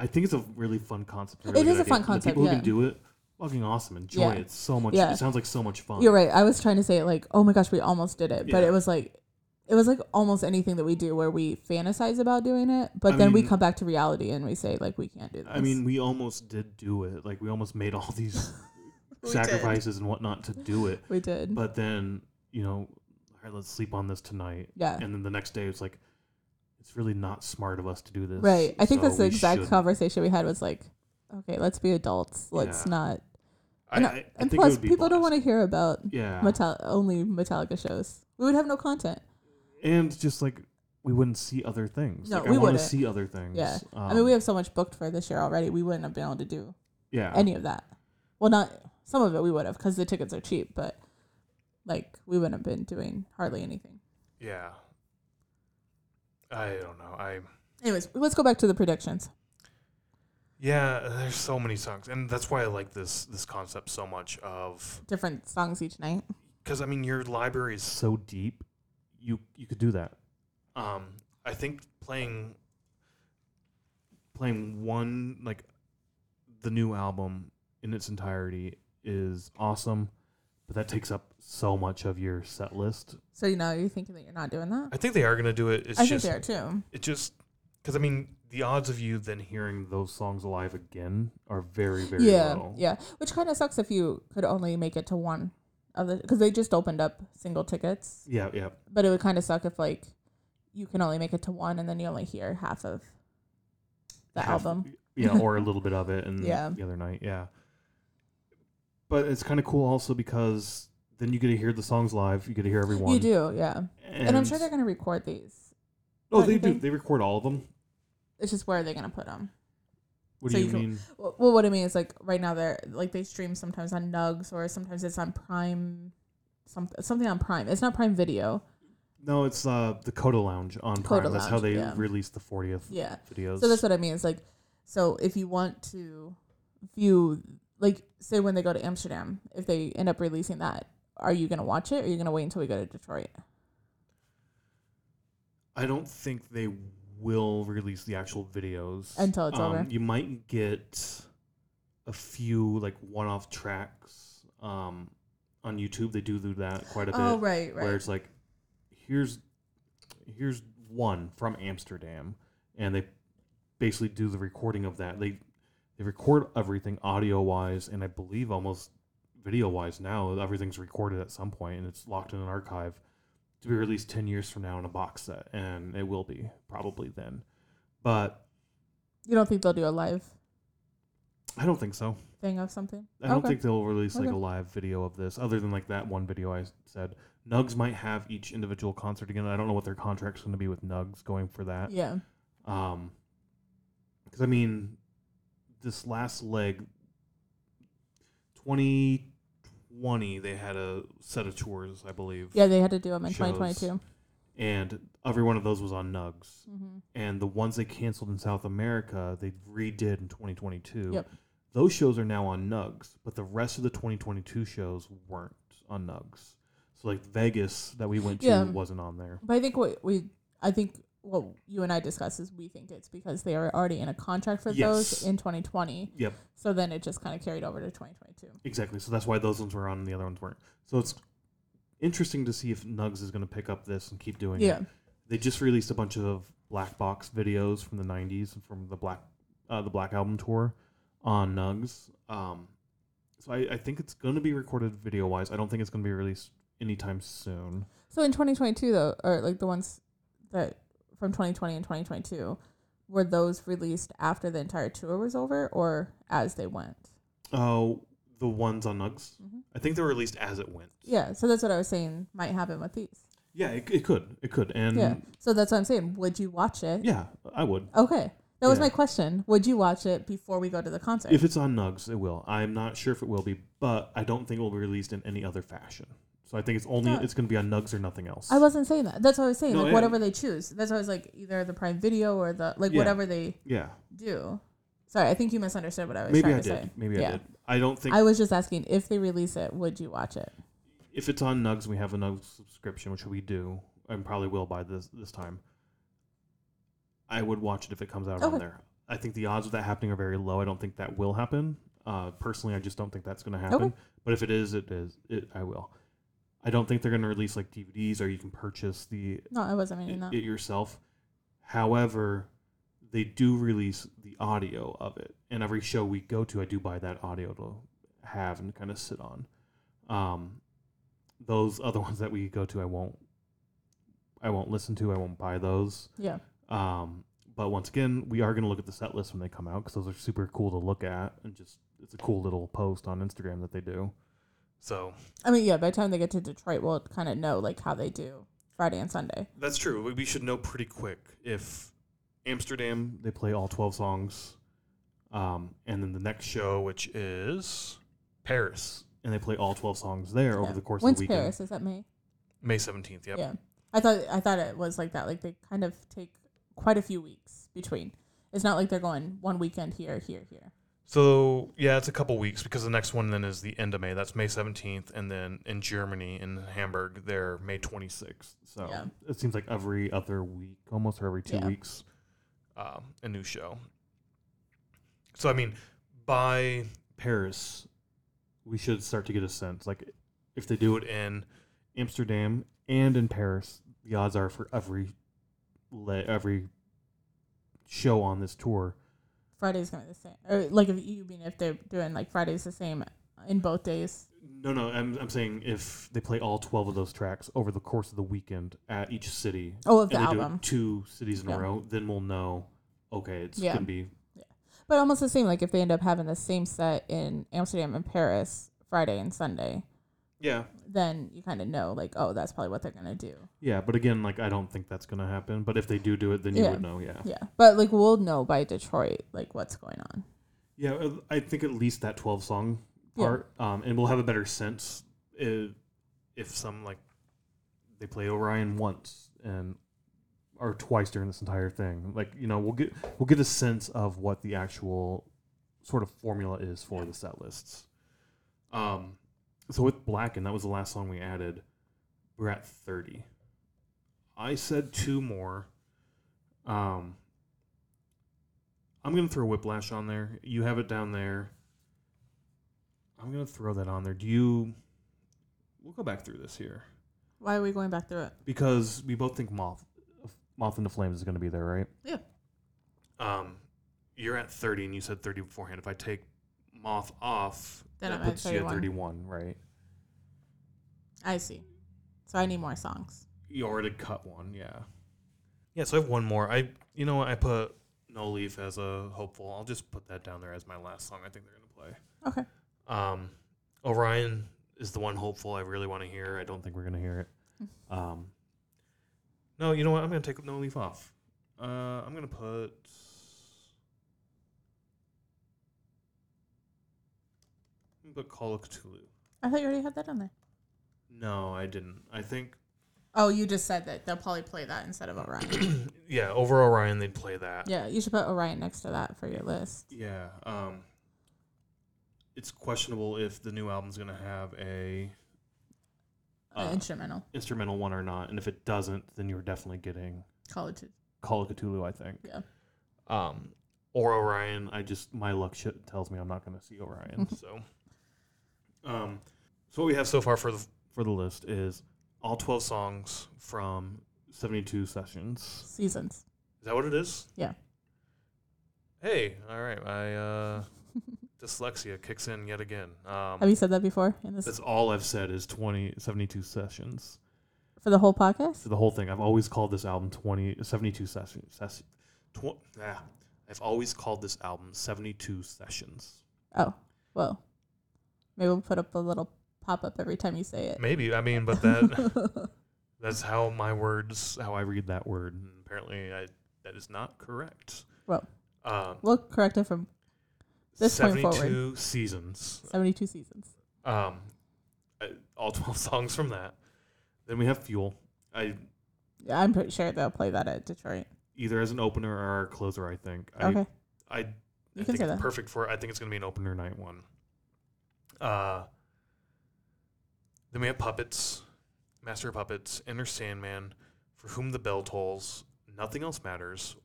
Speaker 1: I think it's a really fun concept.
Speaker 2: It
Speaker 1: really good
Speaker 2: is a
Speaker 1: idea.
Speaker 2: fun
Speaker 1: And
Speaker 2: concept,
Speaker 1: The people who
Speaker 2: yeah.
Speaker 1: can do it, fucking awesome. Enjoy
Speaker 2: Yeah.
Speaker 1: it. It's so much.
Speaker 2: Yeah.
Speaker 1: It sounds like so much fun.
Speaker 2: you're right. I was trying to say like, oh my gosh, we almost did it, but
Speaker 1: Oh. Yeah.
Speaker 2: it was like, it was like almost anything that we do where we fantasize about doing it, but
Speaker 1: I
Speaker 2: then we
Speaker 1: mean-
Speaker 2: come back to reality and we say like, we can't do this.
Speaker 1: I mean, we almost did do it. Like we almost made all these
Speaker 2: We did.
Speaker 1: sacrifices and whatnot to do it.
Speaker 2: we did.
Speaker 1: But then you know, all right, let's sleep on this tonight.
Speaker 2: yeah,
Speaker 1: And then the next day, it's like, it's really not smart of us to do this.
Speaker 2: right. I think
Speaker 1: so
Speaker 2: that's the
Speaker 1: we
Speaker 2: exact
Speaker 1: shouldn't.
Speaker 2: conversation we had was like, okay, let's be adults. Let's
Speaker 1: Yeah.
Speaker 2: not.
Speaker 1: I,
Speaker 2: And, uh,
Speaker 1: I, I
Speaker 2: and
Speaker 1: think it
Speaker 2: plus,
Speaker 1: would be
Speaker 2: people don't want
Speaker 1: blast.
Speaker 2: to hear about
Speaker 1: Yeah.
Speaker 2: Metal- only Metallica shows. We would have no content.
Speaker 1: and just like we wouldn't see other things.
Speaker 2: No,
Speaker 1: like,
Speaker 2: we
Speaker 1: I want
Speaker 2: wouldn't.
Speaker 1: to see other things.
Speaker 2: Yeah.
Speaker 1: Um,
Speaker 2: I mean, we have so much booked for this year already. We wouldn't have been able to do
Speaker 1: yeah.
Speaker 2: any of that. Well, not some of it we would have because the tickets are cheap, but like we wouldn't have been doing hardly anything.
Speaker 3: Yeah. I don't know. I
Speaker 2: Anyways, let's go back to the predictions.
Speaker 3: yeah. There's so many songs, and that's why I like this this concept so much. Of
Speaker 2: Different songs each night.
Speaker 3: because I mean your library is
Speaker 1: so deep, you you could do that.
Speaker 3: um I think playing
Speaker 1: Playing one like the new album in its entirety is awesome, but that takes up so much of your set list.
Speaker 2: So you know you're thinking that you're not doing that.
Speaker 3: I think they are gonna do it. It's
Speaker 2: I think
Speaker 3: just
Speaker 2: they are too.
Speaker 3: it just because I mean the odds of you then hearing
Speaker 1: Hearing those songs alive again are very very
Speaker 2: Yeah,
Speaker 1: low.
Speaker 2: yeah. Which kind of sucks if you could only make it to one of the because they just opened up single tickets,
Speaker 1: yeah, yeah.
Speaker 2: but it would kind of suck if like you can only make it to one and then you only hear half of the
Speaker 1: Half-
Speaker 2: album.
Speaker 1: yeah, or a little bit of it, and
Speaker 2: Yeah.
Speaker 1: the other night, yeah. But it's kind of cool also because then you get to hear the songs live. You get to hear everyone.
Speaker 2: You do, yeah. And, I'm sure they're gonna record these.
Speaker 1: Oh,
Speaker 2: don't
Speaker 1: they
Speaker 2: you
Speaker 1: do.
Speaker 2: think?
Speaker 1: They record all of them.
Speaker 2: It's just where are they gonna put them?
Speaker 1: What
Speaker 2: So
Speaker 1: do
Speaker 2: you
Speaker 1: you
Speaker 2: can-
Speaker 1: mean?
Speaker 2: Well, well, what I mean is like right now they're like they stream sometimes on Nugs or sometimes it's on Prime, some, something on Prime. It's not Prime Video.
Speaker 1: No, it's uh, the Coda Lounge on Prime.
Speaker 2: Coda
Speaker 1: that's
Speaker 2: Lounge,
Speaker 1: how they
Speaker 2: yeah.
Speaker 1: release the 40th
Speaker 2: Yeah.
Speaker 1: videos.
Speaker 2: So that's what I mean. It's like, so if you want to view, like, say when they go to Amsterdam, if they end up releasing that are you gonna watch it? Or are you gonna wait until we go to Detroit?
Speaker 1: I don't think they will release the actual videos Um,
Speaker 2: Until it's over.
Speaker 1: You might get a few like one-off tracks um, on YouTube. They do do that quite a bit,
Speaker 2: Oh right,
Speaker 1: where
Speaker 2: right.
Speaker 1: it's like, here's here's one from Amsterdam, and they basically do the recording of that. They they record everything audio wise, and I believe almost video wise now. Everything's recorded at some point, and it's locked in an archive to be released 10 years from now in a box set and it will be probably then but
Speaker 2: You don't think they'll do a live
Speaker 1: i don't think so
Speaker 2: thing of something?
Speaker 1: i don't
Speaker 2: Okay.
Speaker 1: think they'll release like
Speaker 2: Okay.
Speaker 1: a live video of this other than like that one video i s- said nugs might have each individual concert again i don't know what their contract's going to be with nugs going for that
Speaker 2: Yeah.
Speaker 1: Um 'cause because i mean this last leg 2020 they had a set of tours i believe
Speaker 2: Yeah, they had to do them in
Speaker 1: Shows.
Speaker 2: 2022.
Speaker 1: and every one of those was on nugs
Speaker 2: hmm
Speaker 1: and the ones they canceled in South America, they redid in 2022.
Speaker 2: Yep.
Speaker 1: Those shows are now on Nugs, but the rest of the 2022 shows weren't on Nugs. So like Vegas that we went to
Speaker 2: Yeah.
Speaker 1: wasn't on there.
Speaker 2: But I think what we, I think what you and I discussed is we think it's because they were already in a contract for
Speaker 1: Yes.
Speaker 2: those in 2020.
Speaker 1: Yep,
Speaker 2: So then it just kind of carried over to 2022.
Speaker 1: exactly. So that's why those ones were on and the other ones weren't. So it's interesting to see if Nugs is going to pick up this and keep doing
Speaker 2: Yeah.
Speaker 1: it. They just released a bunch of black box videos from the 90s and from the black uh, the black album tour on Nugs. Um, so I, I think it's going to be recorded video wise. I don't think it's going to be released anytime soon.
Speaker 2: So in 2022, though, or like the ones that from 2020 and 2022, were those released after the entire tour was over or as they went?
Speaker 1: Oh, the ones on Nugs.
Speaker 2: Mhm.
Speaker 1: I think they were released as it went.
Speaker 2: Yeah. So that's what I was saying might happen with these.
Speaker 1: Yeah, it, it could. It could. And
Speaker 2: yeah.
Speaker 1: yeah,
Speaker 2: So that's what I'm saying. Would you watch it?
Speaker 1: I would.
Speaker 2: Okay. That was
Speaker 1: Yeah.
Speaker 2: my question. Would you watch it before we go to the concert?
Speaker 1: If it's on Nugs, it will. I'm not sure if it will be, but I don't think it will be released in any other fashion. So I think it's only
Speaker 2: No.
Speaker 1: it's going to be on Nugs or nothing else.
Speaker 2: I wasn't saying that. That's what I was saying.
Speaker 1: No,
Speaker 2: like
Speaker 1: yeah.
Speaker 2: whatever they choose. That's why I was like either the Prime Video or the like
Speaker 1: Yeah.
Speaker 2: whatever they
Speaker 1: yeah,
Speaker 2: do. Sorry, I think you misunderstood what I was
Speaker 1: maybe
Speaker 2: trying
Speaker 1: I
Speaker 2: to
Speaker 1: did.
Speaker 2: say.
Speaker 1: Maybe I
Speaker 2: Yeah.
Speaker 1: did. I don't think
Speaker 2: I was just asking if they release it, would you watch it?
Speaker 1: if it's on Nugs, we have a Nugs subscription, which we do, and probably will by this this time. I would watch it if it comes out on
Speaker 2: Okay.
Speaker 1: there. I think the odds of that happening are very low. I don't think that will happen. Uh, personally, I just don't think that's going to happen.
Speaker 2: Okay.
Speaker 1: But if it is, it is. It, I will. I don't think they're going to release like DVDs or you can purchase the
Speaker 2: No, I wasn't meaning
Speaker 1: it,
Speaker 2: that.
Speaker 1: it yourself. However, they do release the audio of it, and every show we go to, I do buy that audio to have and kind of sit on. Um, those other ones that we go to, I won't, I won't listen to. I won't buy those.
Speaker 2: yeah.
Speaker 1: Um, but once again, we are going to look at the set list when they come out because those are super cool to look at, and just it's a cool little post on Instagram that they do. So
Speaker 2: I mean, yeah, by the time they get to Detroit, we'll kind of know like how they do Friday and Sunday.
Speaker 3: That's true. We- We should know pretty quick if Amsterdam
Speaker 1: they play all twelve songs, um, and then the next show, which
Speaker 3: is Paris,
Speaker 1: and they play all 12 songs there over
Speaker 2: Yeah.
Speaker 1: the course
Speaker 2: When's
Speaker 1: of the weekend.
Speaker 2: Paris? Is that May?
Speaker 3: May 17th. Yep.
Speaker 2: Yeah. I thought I thought it was like that. Like they kind of take quite a few weeks between. It's not like they're going one weekend here, here, here.
Speaker 3: So, yeah, it's a couple weeks because the next one then is the end of May. That's May 17th. And then in Germany, in Hamburg, they're May 26th.
Speaker 1: So
Speaker 2: Yeah.
Speaker 1: it seems like every other week, almost or every two
Speaker 2: Yeah.
Speaker 1: weeks.
Speaker 3: Um, a new show. So, I mean, by
Speaker 1: Paris, we should start to get a sense. Like if they do
Speaker 3: do
Speaker 1: it
Speaker 3: it in,
Speaker 1: in Amsterdam and in Paris, the odds are for every le- every show on this tour,
Speaker 2: Friday's gonna be the same. Or like if you mean if they're doing like Friday's the same in both days.
Speaker 1: No, no, I'm, I'm saying if they play all 12 of those tracks over the course of the weekend at each city.
Speaker 2: Oh, of the
Speaker 1: and they
Speaker 2: album.
Speaker 1: do it two cities in
Speaker 2: Yeah.
Speaker 1: a row, then we'll know, okay, it's
Speaker 2: Yeah.
Speaker 1: going to be
Speaker 2: But almost the same, like if they end up having the same set in Amsterdam and Paris Friday and Sunday,
Speaker 3: yeah,
Speaker 2: then you kind of know, like, oh, that's probably what they're gonna do.
Speaker 1: Yeah, but again, like I don't think that's gonna happen. But if they do do it, then you
Speaker 2: Yeah.
Speaker 1: would know. Yeah,
Speaker 2: Yeah, but like we'll know by Detroit, like what's going on.
Speaker 1: yeah. uh, I think at least that twelve song
Speaker 2: Yeah.
Speaker 1: part, um, and we'll have a better sense if,
Speaker 3: if some like,
Speaker 1: they play Orion once and or twice during this entire thing. Like you know, we'll get we'll get a sense of what the actual sort of formula is for the set lists.
Speaker 3: um,
Speaker 4: So with Blacken, that was the last song we added. We're at thirty. I said two more. Um, I'm gonna throw Whiplash on there. You have it down there. I'm gonna throw that on there. Do you? We'll go back through this here
Speaker 2: Why are we going back through it?
Speaker 4: because we both think Moth, Moth into Flames is gonna be there, right?
Speaker 1: Um, you're at 30, and you said 30 beforehand. If I take moth off,
Speaker 2: Then
Speaker 1: that
Speaker 2: I'm at
Speaker 1: puts you at
Speaker 2: 31.
Speaker 4: 31, right?
Speaker 2: I see. So I need more songs.
Speaker 4: You already cut one, yeah.
Speaker 1: Yeah, so I have one more. I, you know, what I put No Leaf as a hopeful. I'll just put that down there as my last song. I think they're gonna play.
Speaker 2: Okay.
Speaker 1: Um, Orion is the one hopeful I really want to hear. I don't think we're gonna hear it. Um, no, you know what? I'm gonna take No Leaf off. Uh, I'm gonna put. I'm gonna Put Call of Cthulhu.
Speaker 2: I thought you already had that on there.
Speaker 1: No, I didn't. I think
Speaker 2: Oh, you just said that they'll probably play that instead of Orion.
Speaker 1: yeah, over Orion they'd play that.
Speaker 2: yeah, you should put Orion next to that for your list.
Speaker 1: Yeah. Um it's questionable if the new album's gonna have a
Speaker 2: Uh,
Speaker 1: Uh,
Speaker 2: instrumental.
Speaker 4: Instrumental one or not, and if it doesn't, then you're definitely getting
Speaker 2: College.
Speaker 4: Call of Cthulhu, I think.
Speaker 2: Yeah.
Speaker 1: um or Orion. I just
Speaker 4: My luck shit tells me I'm not going to see Orion.
Speaker 1: so um so what we have so far for the
Speaker 4: For the list is
Speaker 1: all twelve songs from
Speaker 4: 72 sessions.
Speaker 2: Seasons.
Speaker 1: is that what it is?
Speaker 2: Yeah.
Speaker 1: Hey, all right. I uh dyslexia kicks in yet again. Um
Speaker 2: Have you said that before in this
Speaker 4: That's all I've said is 20, 72 sessions.
Speaker 2: for the whole podcast?
Speaker 4: So the whole thing, I've always called this album 20, 72 sessions. Ses,
Speaker 1: tw- ah, I've always called this album 72 Sessions.
Speaker 2: Oh, well, maybe we'll put up a little pop up every time you say it.
Speaker 1: Maybe. I mean, but that that's how my words, how I read that word. And apparently, I that is not correct.
Speaker 2: Well.
Speaker 1: uh,
Speaker 2: We'll correct it from this point
Speaker 1: 72
Speaker 2: forward.
Speaker 1: seasons.
Speaker 2: 72 seasons.
Speaker 1: Um, I, all 12 songs from that. Then we have Fuel. I
Speaker 2: Yeah, I'm pretty sure they'll play that at Detroit.
Speaker 4: either as an opener or a closer, I think.
Speaker 2: Okay.
Speaker 1: I, I
Speaker 2: You can
Speaker 1: think
Speaker 2: say
Speaker 1: it's
Speaker 2: that.
Speaker 1: perfect for. I think it's going to be an opener night one. Uh, then we have puppets, Master of Puppets, Inner Sandman, For Whom the Bell Tolls, Nothing Else Matters,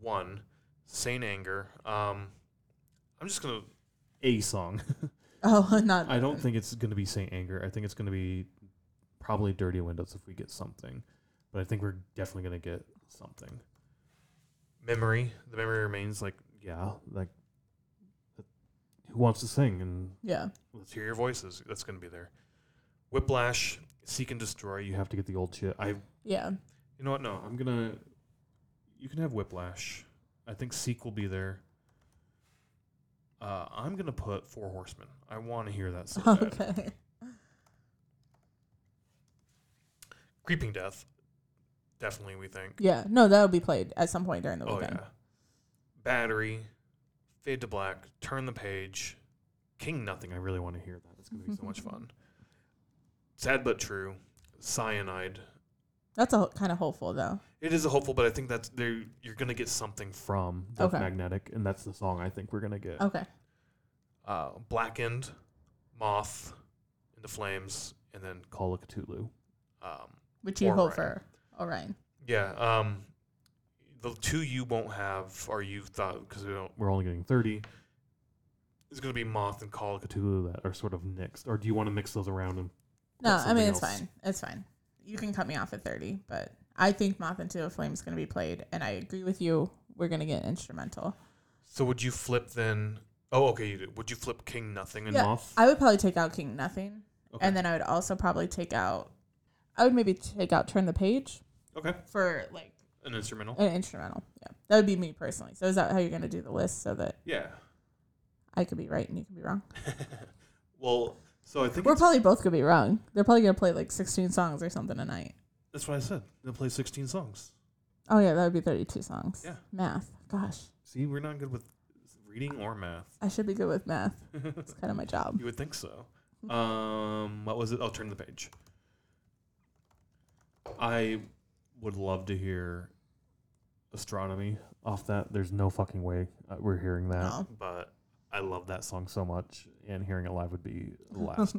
Speaker 1: One, Saint Anger. Um, I'm just gonna.
Speaker 4: I, a song.
Speaker 2: Oh, not.
Speaker 4: I don't think it's going to be Saint Anger. I think it's going to be probably Dirty Windows if we get something. But I think we're definitely going to get something.
Speaker 1: Memory. The memory remains. Like,
Speaker 4: Yeah, like who wants to sing and
Speaker 2: Yeah.
Speaker 1: let's hear your voices. That's gonna be there. Whiplash, Seek and Destroy. You
Speaker 4: you
Speaker 1: have.
Speaker 4: have to get the old shit. I
Speaker 2: Yeah.
Speaker 1: You know what? No,
Speaker 4: I'm gonna
Speaker 1: you can have Whiplash. I think Seek will be there. Uh, I'm gonna put Four Horsemen. I want to hear that. So bad.
Speaker 2: Okay.
Speaker 1: Creeping Death, definitely. We think.
Speaker 2: Yeah. No, that'll be played at some point during the
Speaker 1: Oh
Speaker 2: weekend.
Speaker 1: yeah. Battery, Fade to Black, Turn the Page, King Nothing. I really want to hear that. It's gonna be so much fun. Sad but true, Cyanide.
Speaker 2: That's a kind of hopeful though.
Speaker 1: It is a hopeful, but I think that's there. You're gonna get something from.
Speaker 4: from Death
Speaker 2: Okay.
Speaker 4: Magnetic, and that's the song I think we're gonna get.
Speaker 2: Okay.
Speaker 1: uh, blackened, moth, into flames, and then
Speaker 4: Call of Cthulhu.
Speaker 1: um,
Speaker 2: Which you hope
Speaker 1: Orion.
Speaker 2: for Orion.
Speaker 1: yeah. Um, the two you won't have, or you thought because we don't,
Speaker 4: We're only getting thirty.
Speaker 1: is going to be moth and call.
Speaker 4: Cthulhu that are sort of mixed, or do you want to mix those around? And
Speaker 2: No,
Speaker 4: That's
Speaker 2: I
Speaker 4: something
Speaker 2: mean, it's
Speaker 4: else.
Speaker 2: fine. It's fine. You can cut me off at 30, but I think Moth into a Flame is going to be played. And I agree with you. We're going to get instrumental.
Speaker 1: So would you flip then? Oh, okay. You do. Would you flip king nothing and
Speaker 2: Yeah.
Speaker 1: moth?
Speaker 2: I would probably take out King Nothing.
Speaker 4: Okay.
Speaker 2: And then I would also probably take out, I would maybe take out Turn the Page
Speaker 1: Okay,
Speaker 2: for like
Speaker 1: an instrumental.
Speaker 2: an instrumental. Yeah. That would be me personally. So is that how you're going to do the list so that
Speaker 1: Yeah.
Speaker 2: I could be right and you could be wrong?
Speaker 1: Well, so I think
Speaker 2: We're
Speaker 1: it's-
Speaker 2: probably both going to be wrong. They're probably going to play like 16 songs or something a night.
Speaker 1: that's what I said. They'll play 16 songs.
Speaker 2: Oh, yeah. That would be 32 songs.
Speaker 1: Yeah.
Speaker 2: Math. Gosh.
Speaker 1: See, we're not good with reading or math.
Speaker 2: I should be good with math. It's kind of my job.
Speaker 1: You would think so. Um, what was it? I'll turn the page.
Speaker 4: I would love to hear Astronomy off that. There's no fucking way uh, we're hearing that.
Speaker 2: No.
Speaker 1: But
Speaker 4: I love that song so much, and hearing it live would be the last.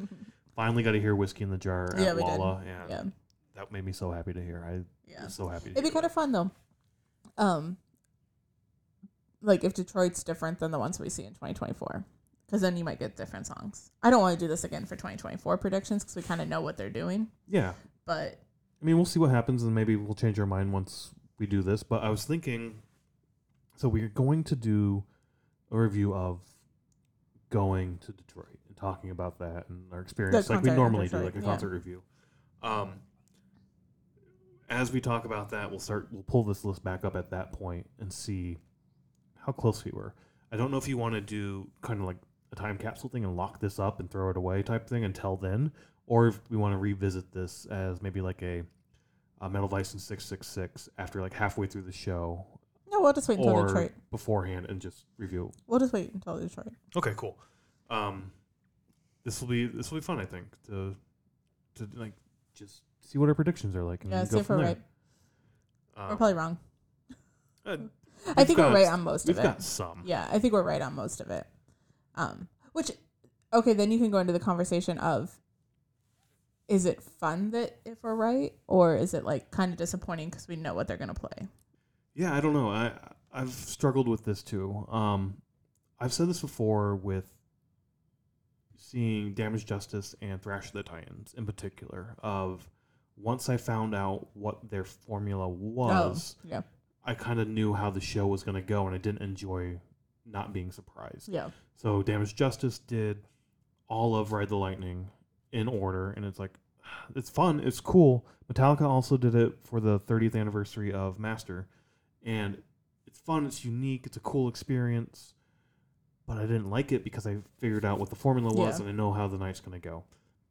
Speaker 1: Finally got to hear Whiskey in the Jar at
Speaker 2: Yeah, we did.
Speaker 1: Lala, and
Speaker 2: Yeah.
Speaker 1: that made me so happy to hear. I
Speaker 2: Yeah.
Speaker 1: was so happy. To
Speaker 2: It'd be
Speaker 1: hear
Speaker 2: kind of fun though. Um, like if Detroit's different than the ones we see in 2024, because then you might get different songs. I don't want to do this again for 2024 predictions because we kind of know what they're doing,
Speaker 1: that. yeah.
Speaker 2: but
Speaker 1: I mean, we'll see what happens, and maybe we'll change our mind once we do this. But I was thinking, so we're going to do a review of going to Detroit and talking about that and our experience, like we
Speaker 2: concert in
Speaker 1: normally do,
Speaker 2: Detroit,
Speaker 1: like a
Speaker 2: yeah.
Speaker 1: concert review. Um, as we talk about that, we'll start. We'll pull this list back up at that point and see how close we were. I don't know if you want to do kind of like a time capsule thing and lock this up and throw it away type thing until then, or if we want to revisit this as maybe like a, uh Metal License six six six after like halfway through the show
Speaker 2: no, we'll just wait until
Speaker 1: or
Speaker 2: Detroit.
Speaker 1: beforehand and just review.
Speaker 2: We'll just wait until Detroit.
Speaker 3: Okay, cool. Um,
Speaker 1: This will be this will be fun, I think, to to like just see what our predictions are like. And
Speaker 2: Yeah,
Speaker 1: then
Speaker 2: see if
Speaker 1: from
Speaker 2: we're
Speaker 1: there.
Speaker 2: right. We're
Speaker 3: um,
Speaker 2: probably wrong.
Speaker 3: uh,
Speaker 2: I think
Speaker 1: got-
Speaker 2: we're right on most
Speaker 1: We've
Speaker 2: of it.
Speaker 1: got some.
Speaker 2: Yeah, I think we're right on most of it. Um, which, okay, then you can go into the conversation of, is it fun that if we're right, or is it like kind of disappointing because we know what they're gonna play?
Speaker 1: Yeah, I don't know. I I've struggled with this too. Um, I've said this before with seeing Damage Justice and Thrash the Titans in particular. Of once I found out what their formula was,
Speaker 2: Oh, yeah,
Speaker 1: I kind of knew how the show was going to go, and I didn't enjoy not being surprised.
Speaker 2: yeah,
Speaker 1: So Damage Justice did all of Ride the Lightning in order, and it's like it's fun, it's cool. Metallica also did it for the 30th anniversary of Master, and it's fun, it's unique, it's a cool experience. But I didn't like it because I figured out what the formula was,
Speaker 2: Yeah.
Speaker 1: and I know how the night's gonna go.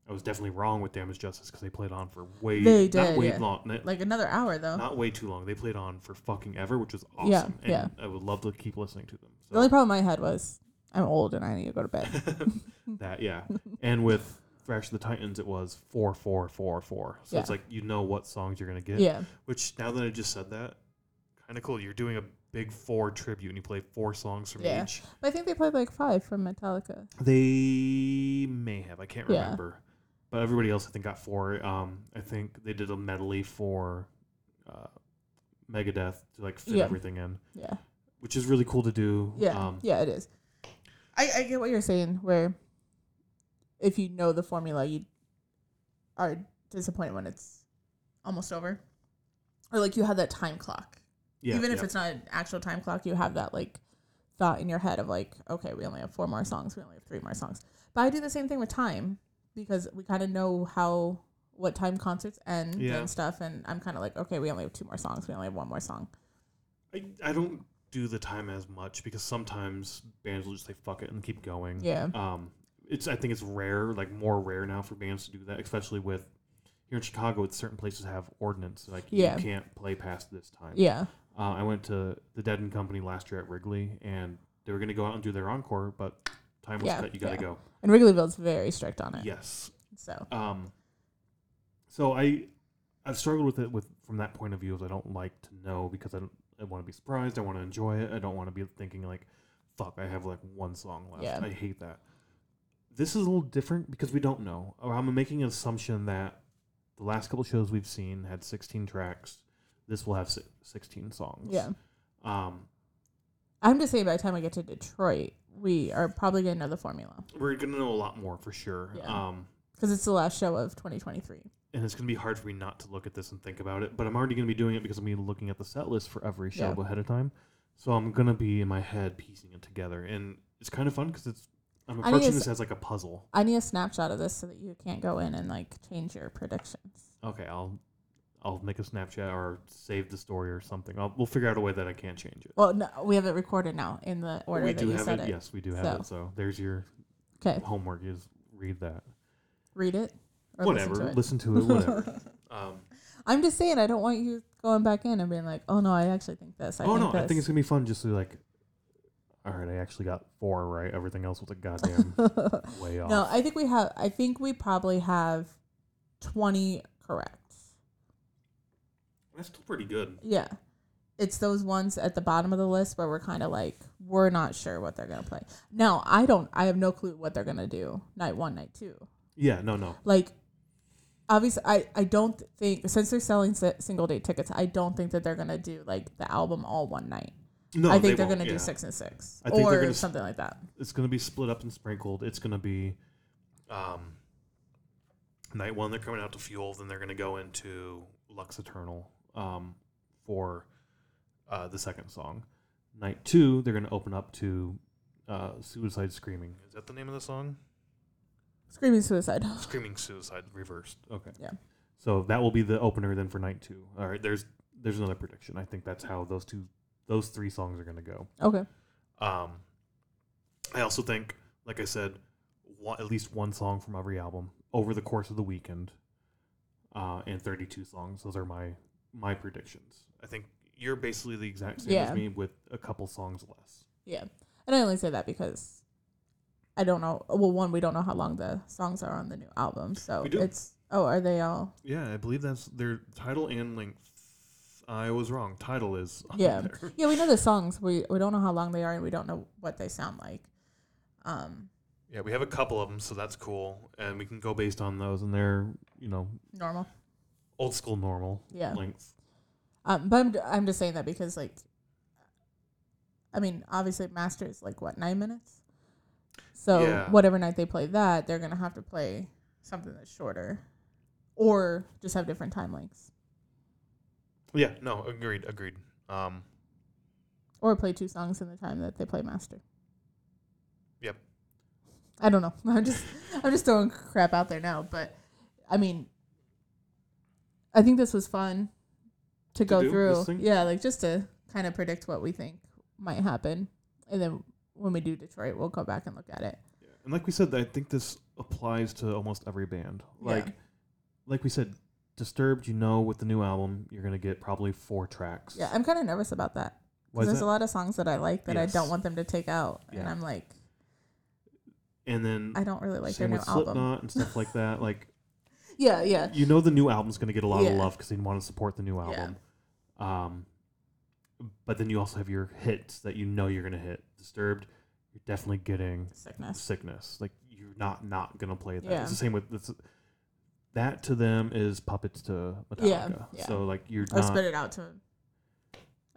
Speaker 1: I was definitely wrong with Damage Justice because they played on for way
Speaker 2: They
Speaker 1: not
Speaker 2: did,
Speaker 1: way
Speaker 2: yeah.
Speaker 1: long, not-
Speaker 2: like another hour though.
Speaker 1: not way too long. They played on for fucking ever, which was awesome.
Speaker 2: Yeah,
Speaker 1: and
Speaker 2: yeah.
Speaker 1: I would love to keep listening to them.
Speaker 2: the only problem I had was I'm old and I need to go to bed.
Speaker 1: that yeah and with thrash of the titans it was four four four four so it's
Speaker 2: Yeah.
Speaker 1: like you know what songs you're gonna get
Speaker 2: yeah,
Speaker 1: which now that i just said that kind of cool you're doing a big four tribute and you play four songs from
Speaker 2: Yeah.
Speaker 1: each
Speaker 2: but I think they played like five from Metallica.
Speaker 1: they may have i can't
Speaker 2: Yeah.
Speaker 1: remember but everybody else i think got four um i think they did a medley for uh megadeth to like fit
Speaker 2: Yeah.
Speaker 1: everything in
Speaker 2: Yeah,
Speaker 1: which is really cool to do
Speaker 2: yeah,
Speaker 1: um
Speaker 2: yeah. It is. I I get what you're saying. Where if you know the formula, you are disappointed when it's almost over, or like you have that time clock.
Speaker 1: yeah,
Speaker 2: Even if
Speaker 1: yeah.
Speaker 2: it's not an actual time clock, you have that like thought in your head of like, okay, we only have four more songs, we only have three more songs. But I do the same thing with time because we kind of know how what time concerts end
Speaker 1: Yeah.
Speaker 2: and stuff, and I'm kind of like, okay, we only have two more songs, we only have one more song.
Speaker 1: I, I don't do the time as much because sometimes bands will just say fuck it and keep going.
Speaker 2: Yeah,
Speaker 1: Um, it's I think it's rare, like more rare now for bands to do that, especially with here in Chicago. It's certain places have ordinance like
Speaker 2: Yeah.
Speaker 1: you can't play past this time.
Speaker 2: yeah,
Speaker 1: Uh, I went to the Dead and Company last year at Wrigley, and they were going to go out and do their encore, but time was
Speaker 2: Yeah,
Speaker 1: cut. You got to
Speaker 2: yeah.
Speaker 1: go.
Speaker 2: and Wrigleyville's very strict on it.
Speaker 1: Yes,
Speaker 2: So
Speaker 1: um, so I, I've struggled with it with from that point of view. Is I don't like to know because I don't. I want to be surprised. I want to enjoy it. I don't want to be thinking like, "Fuck, I have like one song left."
Speaker 2: Yeah.
Speaker 1: I hate that. This is a little different because we don't know. Or I'm making an assumption that the last couple shows we've seen had 16 tracks. This will have si- 16 songs.
Speaker 2: yeah.
Speaker 1: Um,
Speaker 2: I'm just saying by the time I get to Detroit, we are probably going to know the formula
Speaker 1: we're gonna know a lot more for sure.
Speaker 2: Yeah.
Speaker 1: Um,
Speaker 2: because it's the last show of 2023.
Speaker 1: and it's going to be hard for me not to look at this and think about it. But I'm already going to be doing it because I'm going to be looking at the set list for every show ahead of time. So I'm going to be in my head piecing it together, and it's kind of fun because it's I'm
Speaker 2: I think
Speaker 1: approaching
Speaker 2: it's-
Speaker 1: this as like a puzzle.
Speaker 2: I need a snapshot of this so that you can't go in and like change your predictions.
Speaker 1: Okay, I'll I'll make a Snapchat or save the story or something. I'll, we'll figure out a way that I can change it.
Speaker 2: Well, no, we have it recorded now in the order
Speaker 1: we
Speaker 2: that
Speaker 1: do
Speaker 2: you
Speaker 1: have
Speaker 2: said
Speaker 1: it.
Speaker 2: it.
Speaker 1: Yes, we do have it. So there's your
Speaker 2: Okay,
Speaker 1: homework: is read that.
Speaker 2: read it. Or
Speaker 1: whatever.
Speaker 2: Listen to it.
Speaker 1: Listen to it. Whatever. um,
Speaker 2: I'm just saying, I don't want you going back in and being like, "Oh no, I actually think this." I
Speaker 1: oh
Speaker 2: think
Speaker 1: no,
Speaker 2: this.
Speaker 1: I think it's gonna be fun. Just to like, all right, I actually got four right. Everything else was a goddamn way off.
Speaker 2: no. I think we have. I think we probably have 20 correct.
Speaker 1: That's still pretty good.
Speaker 2: Yeah. It's those ones at the bottom of the list where we're kind of like, we're not sure what they're going to play. Now, I don't, I have no clue what they're going to do night one, night two.
Speaker 1: Yeah, no, no.
Speaker 2: Like, obviously, I, I don't think, since they're selling si- single day tickets, I don't think that they're going to do like the album all one night.
Speaker 1: No,
Speaker 2: I think
Speaker 1: they
Speaker 2: they are going to
Speaker 1: won't, yeah.
Speaker 2: do six and six
Speaker 1: I think they're
Speaker 2: or
Speaker 1: gonna s-
Speaker 2: something like that.
Speaker 1: It's going to be split up and sprinkled. It's going to be um, night one, they're coming out to Fuel, then they're going to go into Lux Eternal um, for uh, the second song. Night two, they're going to open up to uh, Suicide Screaming.
Speaker 3: Is that the name of the song?
Speaker 2: Screaming Suicide.
Speaker 3: Screaming Suicide Reversed.
Speaker 1: Okay.
Speaker 2: Yeah.
Speaker 1: So that will be the opener then for night two. All right. There's there's another prediction. I think that's how those two those three songs are going to go.
Speaker 2: Okay.
Speaker 3: Um,
Speaker 1: I also think, like I said, one, at least one song from every album over the course of the weekend, uh, and 32 songs. Those are my my predictions. I think you're basically the exact same
Speaker 2: Yeah.
Speaker 1: as me with a couple songs less.
Speaker 2: Yeah. And I only say that because I don't know. Well, one, we don't know how long the songs are on the new album. So
Speaker 1: We do.
Speaker 2: it's, oh, are they all?
Speaker 1: Yeah, I believe that's their title and length. I was wrong. Title is on
Speaker 2: Yeah.
Speaker 1: there.
Speaker 2: Yeah, we know the songs. We, we don't know how long they are and we don't know what they sound like. Um,
Speaker 3: yeah, we have a couple of them, so that's cool. And we can go
Speaker 1: Go based on those, and they're you know
Speaker 2: normal.
Speaker 1: old school normal
Speaker 2: Yeah.
Speaker 1: length.
Speaker 2: Um, but I'm, I'm just saying that because, like, I mean, obviously, Master is like, what, nine minutes? So
Speaker 3: Yeah.
Speaker 2: whatever night they play that, they're going to have to play something that's shorter or just have different time lengths
Speaker 3: Yeah, no, agreed, agreed. Um,
Speaker 2: or play two songs in the time that they play Master.
Speaker 3: Yep.
Speaker 2: I don't know. I'm just I'm just throwing crap out there now, but I mean I think this was fun to, go
Speaker 1: do this
Speaker 2: through.
Speaker 1: thing?
Speaker 2: Yeah, like just to kind of predict what we think might happen. And then when we do Detroit, we'll go back and look at it.
Speaker 1: Yeah. And like we said, I think this applies to almost every band. Like,
Speaker 2: Yeah.
Speaker 1: like we said, Disturbed. You know, with the new album, you're gonna get probably four tracks.
Speaker 2: Yeah, I'm kind of nervous about that. 'cause
Speaker 1: Why is
Speaker 2: there's
Speaker 1: that?
Speaker 2: a lot of songs that I like that
Speaker 1: Yes.
Speaker 2: I don't want them to take out. And
Speaker 1: Yeah.
Speaker 2: I'm like,
Speaker 1: and then
Speaker 2: I don't really like
Speaker 1: same
Speaker 2: their
Speaker 1: with
Speaker 2: new album.
Speaker 1: Slipknot and stuff like that. Like,
Speaker 2: Yeah, yeah.
Speaker 1: you know, the new album's gonna get a lot of
Speaker 2: Yeah.
Speaker 1: love because they want to support the new
Speaker 2: Yeah.
Speaker 1: album. Um, but then you also have your hits that you know you're gonna hit. Disturbed, you're definitely getting
Speaker 2: Sickness.
Speaker 1: sickness. Like you're not not gonna play that.
Speaker 2: Yeah.
Speaker 1: It's the same with it's, that to them is puppets to
Speaker 2: Yeah,
Speaker 1: Metallica.
Speaker 2: yeah.
Speaker 1: So like you're
Speaker 2: Or
Speaker 1: not
Speaker 2: spit it out to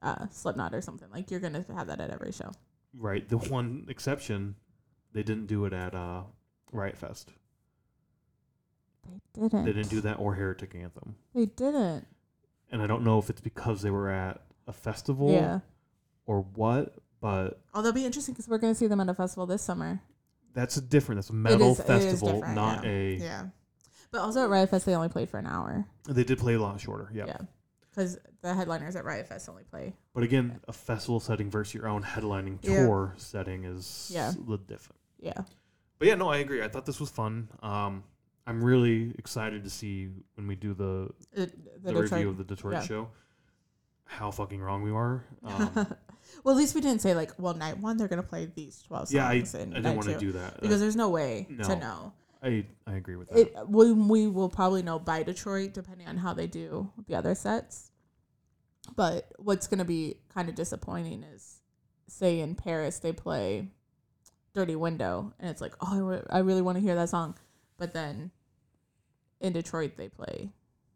Speaker 2: uh, Slipknot or something. Like you're gonna have that at every show.
Speaker 1: right. The one exception, they didn't do it at uh, Riot Fest.
Speaker 2: They didn't.
Speaker 1: They didn't do that or Heretic Anthem.
Speaker 2: They didn't.
Speaker 1: And I don't know if it's because they were at a festival
Speaker 2: yeah.
Speaker 1: or what, but
Speaker 2: Oh, that'll be interesting because we're gonna see them at a festival this summer.
Speaker 1: that's a different. That's a metal
Speaker 2: is- it is
Speaker 1: festival,
Speaker 2: different,
Speaker 1: not
Speaker 2: yeah.
Speaker 1: a.
Speaker 2: Yeah. But also at Riot Fest, they only played for an hour.
Speaker 1: They did play a lot shorter. Yeah.
Speaker 2: Yeah. Because the headliners at Riot Fest only play.
Speaker 1: But again, a festival setting versus your own headlining
Speaker 2: Yeah.
Speaker 1: tour setting is
Speaker 2: Yeah.
Speaker 1: a little different.
Speaker 2: Yeah.
Speaker 1: But yeah, no, I agree. I thought this was fun. Um, I'm really excited to see when we do the
Speaker 2: It-
Speaker 1: the,
Speaker 2: the Detroit-
Speaker 1: review of the Detroit
Speaker 2: yeah.
Speaker 1: show how fucking wrong we are. Um,
Speaker 2: well, at least we didn't say like, well, night one they're gonna play these twelve
Speaker 1: yeah, I, I
Speaker 2: songs. and
Speaker 1: didn't
Speaker 2: night
Speaker 1: want to
Speaker 2: two.
Speaker 1: do that.
Speaker 2: because there's no way
Speaker 1: No.
Speaker 2: to know.
Speaker 1: I I agree with that.
Speaker 2: It we, we will probably know by Detroit depending on how they do the other sets. But what's going to be kind of disappointing is say in Paris they play Dirty Window and it's like, "Oh, I, re- I really want to hear that song." But then in Detroit they play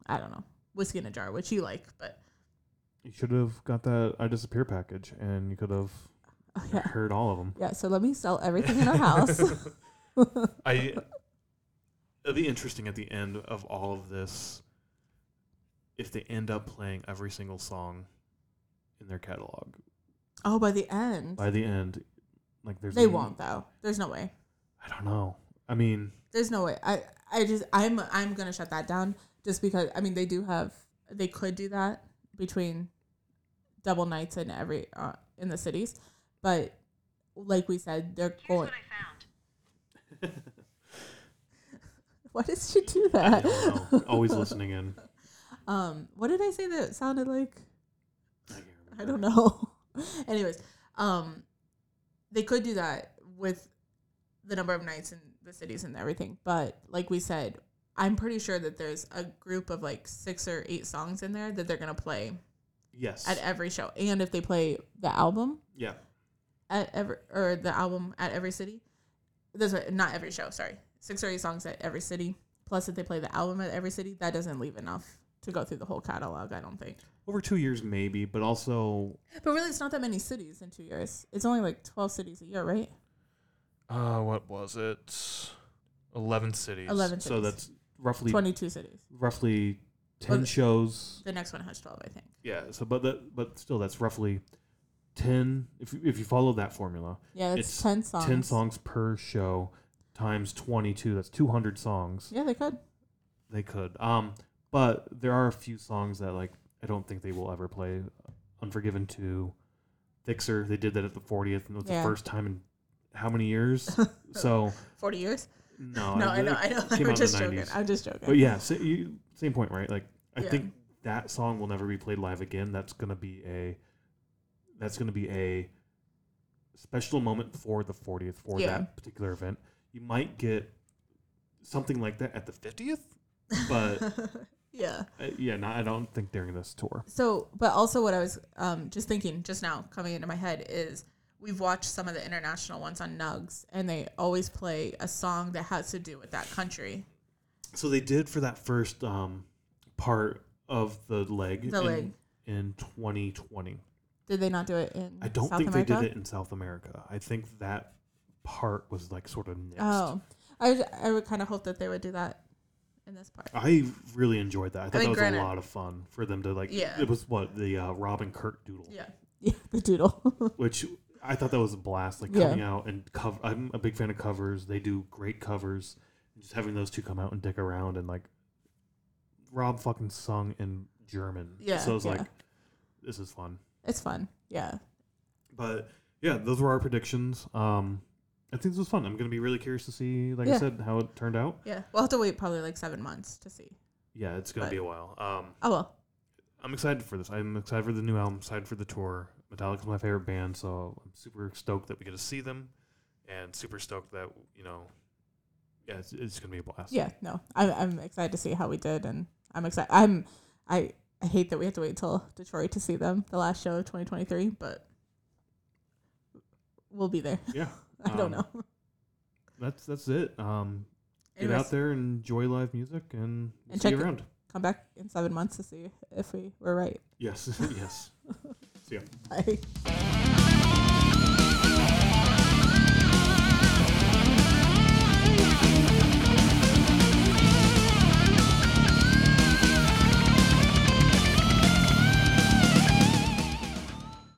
Speaker 2: I don't know. Whiskey in a Jar, which you like, but
Speaker 1: you should have got that I disappear package, and you could have
Speaker 2: oh, yeah.
Speaker 1: heard all of them.
Speaker 2: Yeah, so let me sell everything in our house.
Speaker 3: I it'll be interesting at the end of all of this if they end up playing every single song in their catalog
Speaker 2: oh, by the end.
Speaker 1: By the end, like there's
Speaker 2: They
Speaker 1: n-
Speaker 2: won't though. There's no way.
Speaker 1: I don't know. I mean,
Speaker 2: there's no way. I I just I'm I'm gonna shut that down just because I mean they do have they could do that between double nights in every uh, in the cities, but like we said, they're going. Why did she do
Speaker 1: I
Speaker 2: that?
Speaker 1: don't know. always listening in.
Speaker 2: Um, what did I say that sounded like?
Speaker 1: I, can't
Speaker 2: I
Speaker 1: remember.
Speaker 2: don't know. Anyways, um, they could do that with the number of nights in the cities and everything. But like we said, I'm pretty sure that there's a group of like six or eight songs in there that they're gonna play
Speaker 1: Yes.
Speaker 2: at every show. And if they play the album
Speaker 1: yeah.
Speaker 2: at every or the album at every city, that's right, not every show. Sorry, six or eight songs at every city. Plus, if they play the album at every city, that doesn't leave enough to go through the whole catalog. I don't think.
Speaker 1: Over two years, maybe, but also
Speaker 2: But really, it's not that many cities in two years. It's only like twelve cities a year, right?
Speaker 3: Uh, what was it? Eleven cities.
Speaker 2: Eleven cities.
Speaker 1: so that's roughly
Speaker 2: twenty-two cities.
Speaker 1: roughly ten
Speaker 2: Well,
Speaker 1: shows.
Speaker 2: The next one has twelve, I think.
Speaker 1: Yeah. So, but that, but still, that's roughly ten. If you- if you follow that formula,
Speaker 2: Yeah, that's
Speaker 1: It's
Speaker 2: ten songs.
Speaker 1: ten songs per show times twenty two. That's two hundred songs.
Speaker 2: Yeah, they could.
Speaker 1: They could. Um, but there are a few songs that like I don't think they will ever play. Unforgiven two, Fixer. They did that at the fortieth, and it was
Speaker 2: Yeah.
Speaker 1: the first time in how many years? so
Speaker 2: Forty years?
Speaker 1: no,
Speaker 2: no,
Speaker 1: it-
Speaker 2: I know, I
Speaker 1: came
Speaker 2: know.
Speaker 1: out in
Speaker 2: I'm
Speaker 1: the
Speaker 2: just joking.
Speaker 1: 90s.
Speaker 2: I'm just joking.
Speaker 1: But yeah, sa- you, same point, right? Like I
Speaker 2: Yeah.
Speaker 1: think that song will never be played live again. That's gonna be a that's gonna be a special moment for the 40th for
Speaker 2: Yeah.
Speaker 1: that particular event. You might get something like that at the 50th, but
Speaker 2: yeah.
Speaker 1: uh, yeah, no, I don't think during this tour.
Speaker 2: So, but also what I was um, just thinking just now coming into my head is we've watched some of the international ones on Nugs, and they always play a song that has to do with that country.
Speaker 1: So they did for that first um, part of the leg
Speaker 2: The
Speaker 1: in,
Speaker 2: leg.
Speaker 1: in 2020.
Speaker 2: Did they not do it in?
Speaker 1: I don't
Speaker 2: South
Speaker 1: think
Speaker 2: America?
Speaker 1: they did it in South America. I think that part was like sort of next.
Speaker 2: Oh, I would, I would kind of hope that they would do that in this part.
Speaker 1: I really enjoyed that. I thought
Speaker 2: mean,
Speaker 1: that was
Speaker 2: granted-
Speaker 1: a lot of fun for them to like.
Speaker 2: Yeah.
Speaker 1: It was what the uh, Robin Kirk doodle,
Speaker 2: Yeah, yeah, the doodle.
Speaker 1: which I thought that was a blast. Like
Speaker 2: Yeah.
Speaker 1: coming out and cover. I'm a big fan of covers. They do great covers. Just having those two come out and dick around and like, Rob fucking sung in German.
Speaker 2: Yeah,
Speaker 1: So it was
Speaker 2: yeah.
Speaker 1: like, this is fun.
Speaker 2: it's fun. Yeah,
Speaker 1: But yeah, those were our predictions. Um, I think this was fun. I'm gonna be really curious to see, like
Speaker 2: Yeah.
Speaker 1: I said, how it turned out.
Speaker 2: yeah. We'll have to wait probably like seven months to see.
Speaker 1: Yeah, it's gonna
Speaker 2: But-
Speaker 1: be a while. Um,
Speaker 2: Oh well.
Speaker 1: I'm excited for this. I'm excited for the new album, excited for the tour. Metallica's my favorite band, so I'm super stoked that we get to see them and super stoked that, you know, yeah, it's, it's going to be a blast.
Speaker 2: Yeah, no, I'm, I'm excited to see how we did, and I'm excited. I'm I, I hate that we have to wait till Detroit to see them, the last show of 2023, but we'll be there.
Speaker 1: Yeah.
Speaker 2: I don't
Speaker 1: Um,
Speaker 2: know.
Speaker 1: That's that's it. Um, get
Speaker 2: Anyways,
Speaker 1: out there and enjoy live music and, we'll
Speaker 2: And
Speaker 1: see you
Speaker 2: check it-
Speaker 1: around.
Speaker 2: come back in seven months to see if we were right.
Speaker 1: Yes. yes. See ya.
Speaker 2: Bye.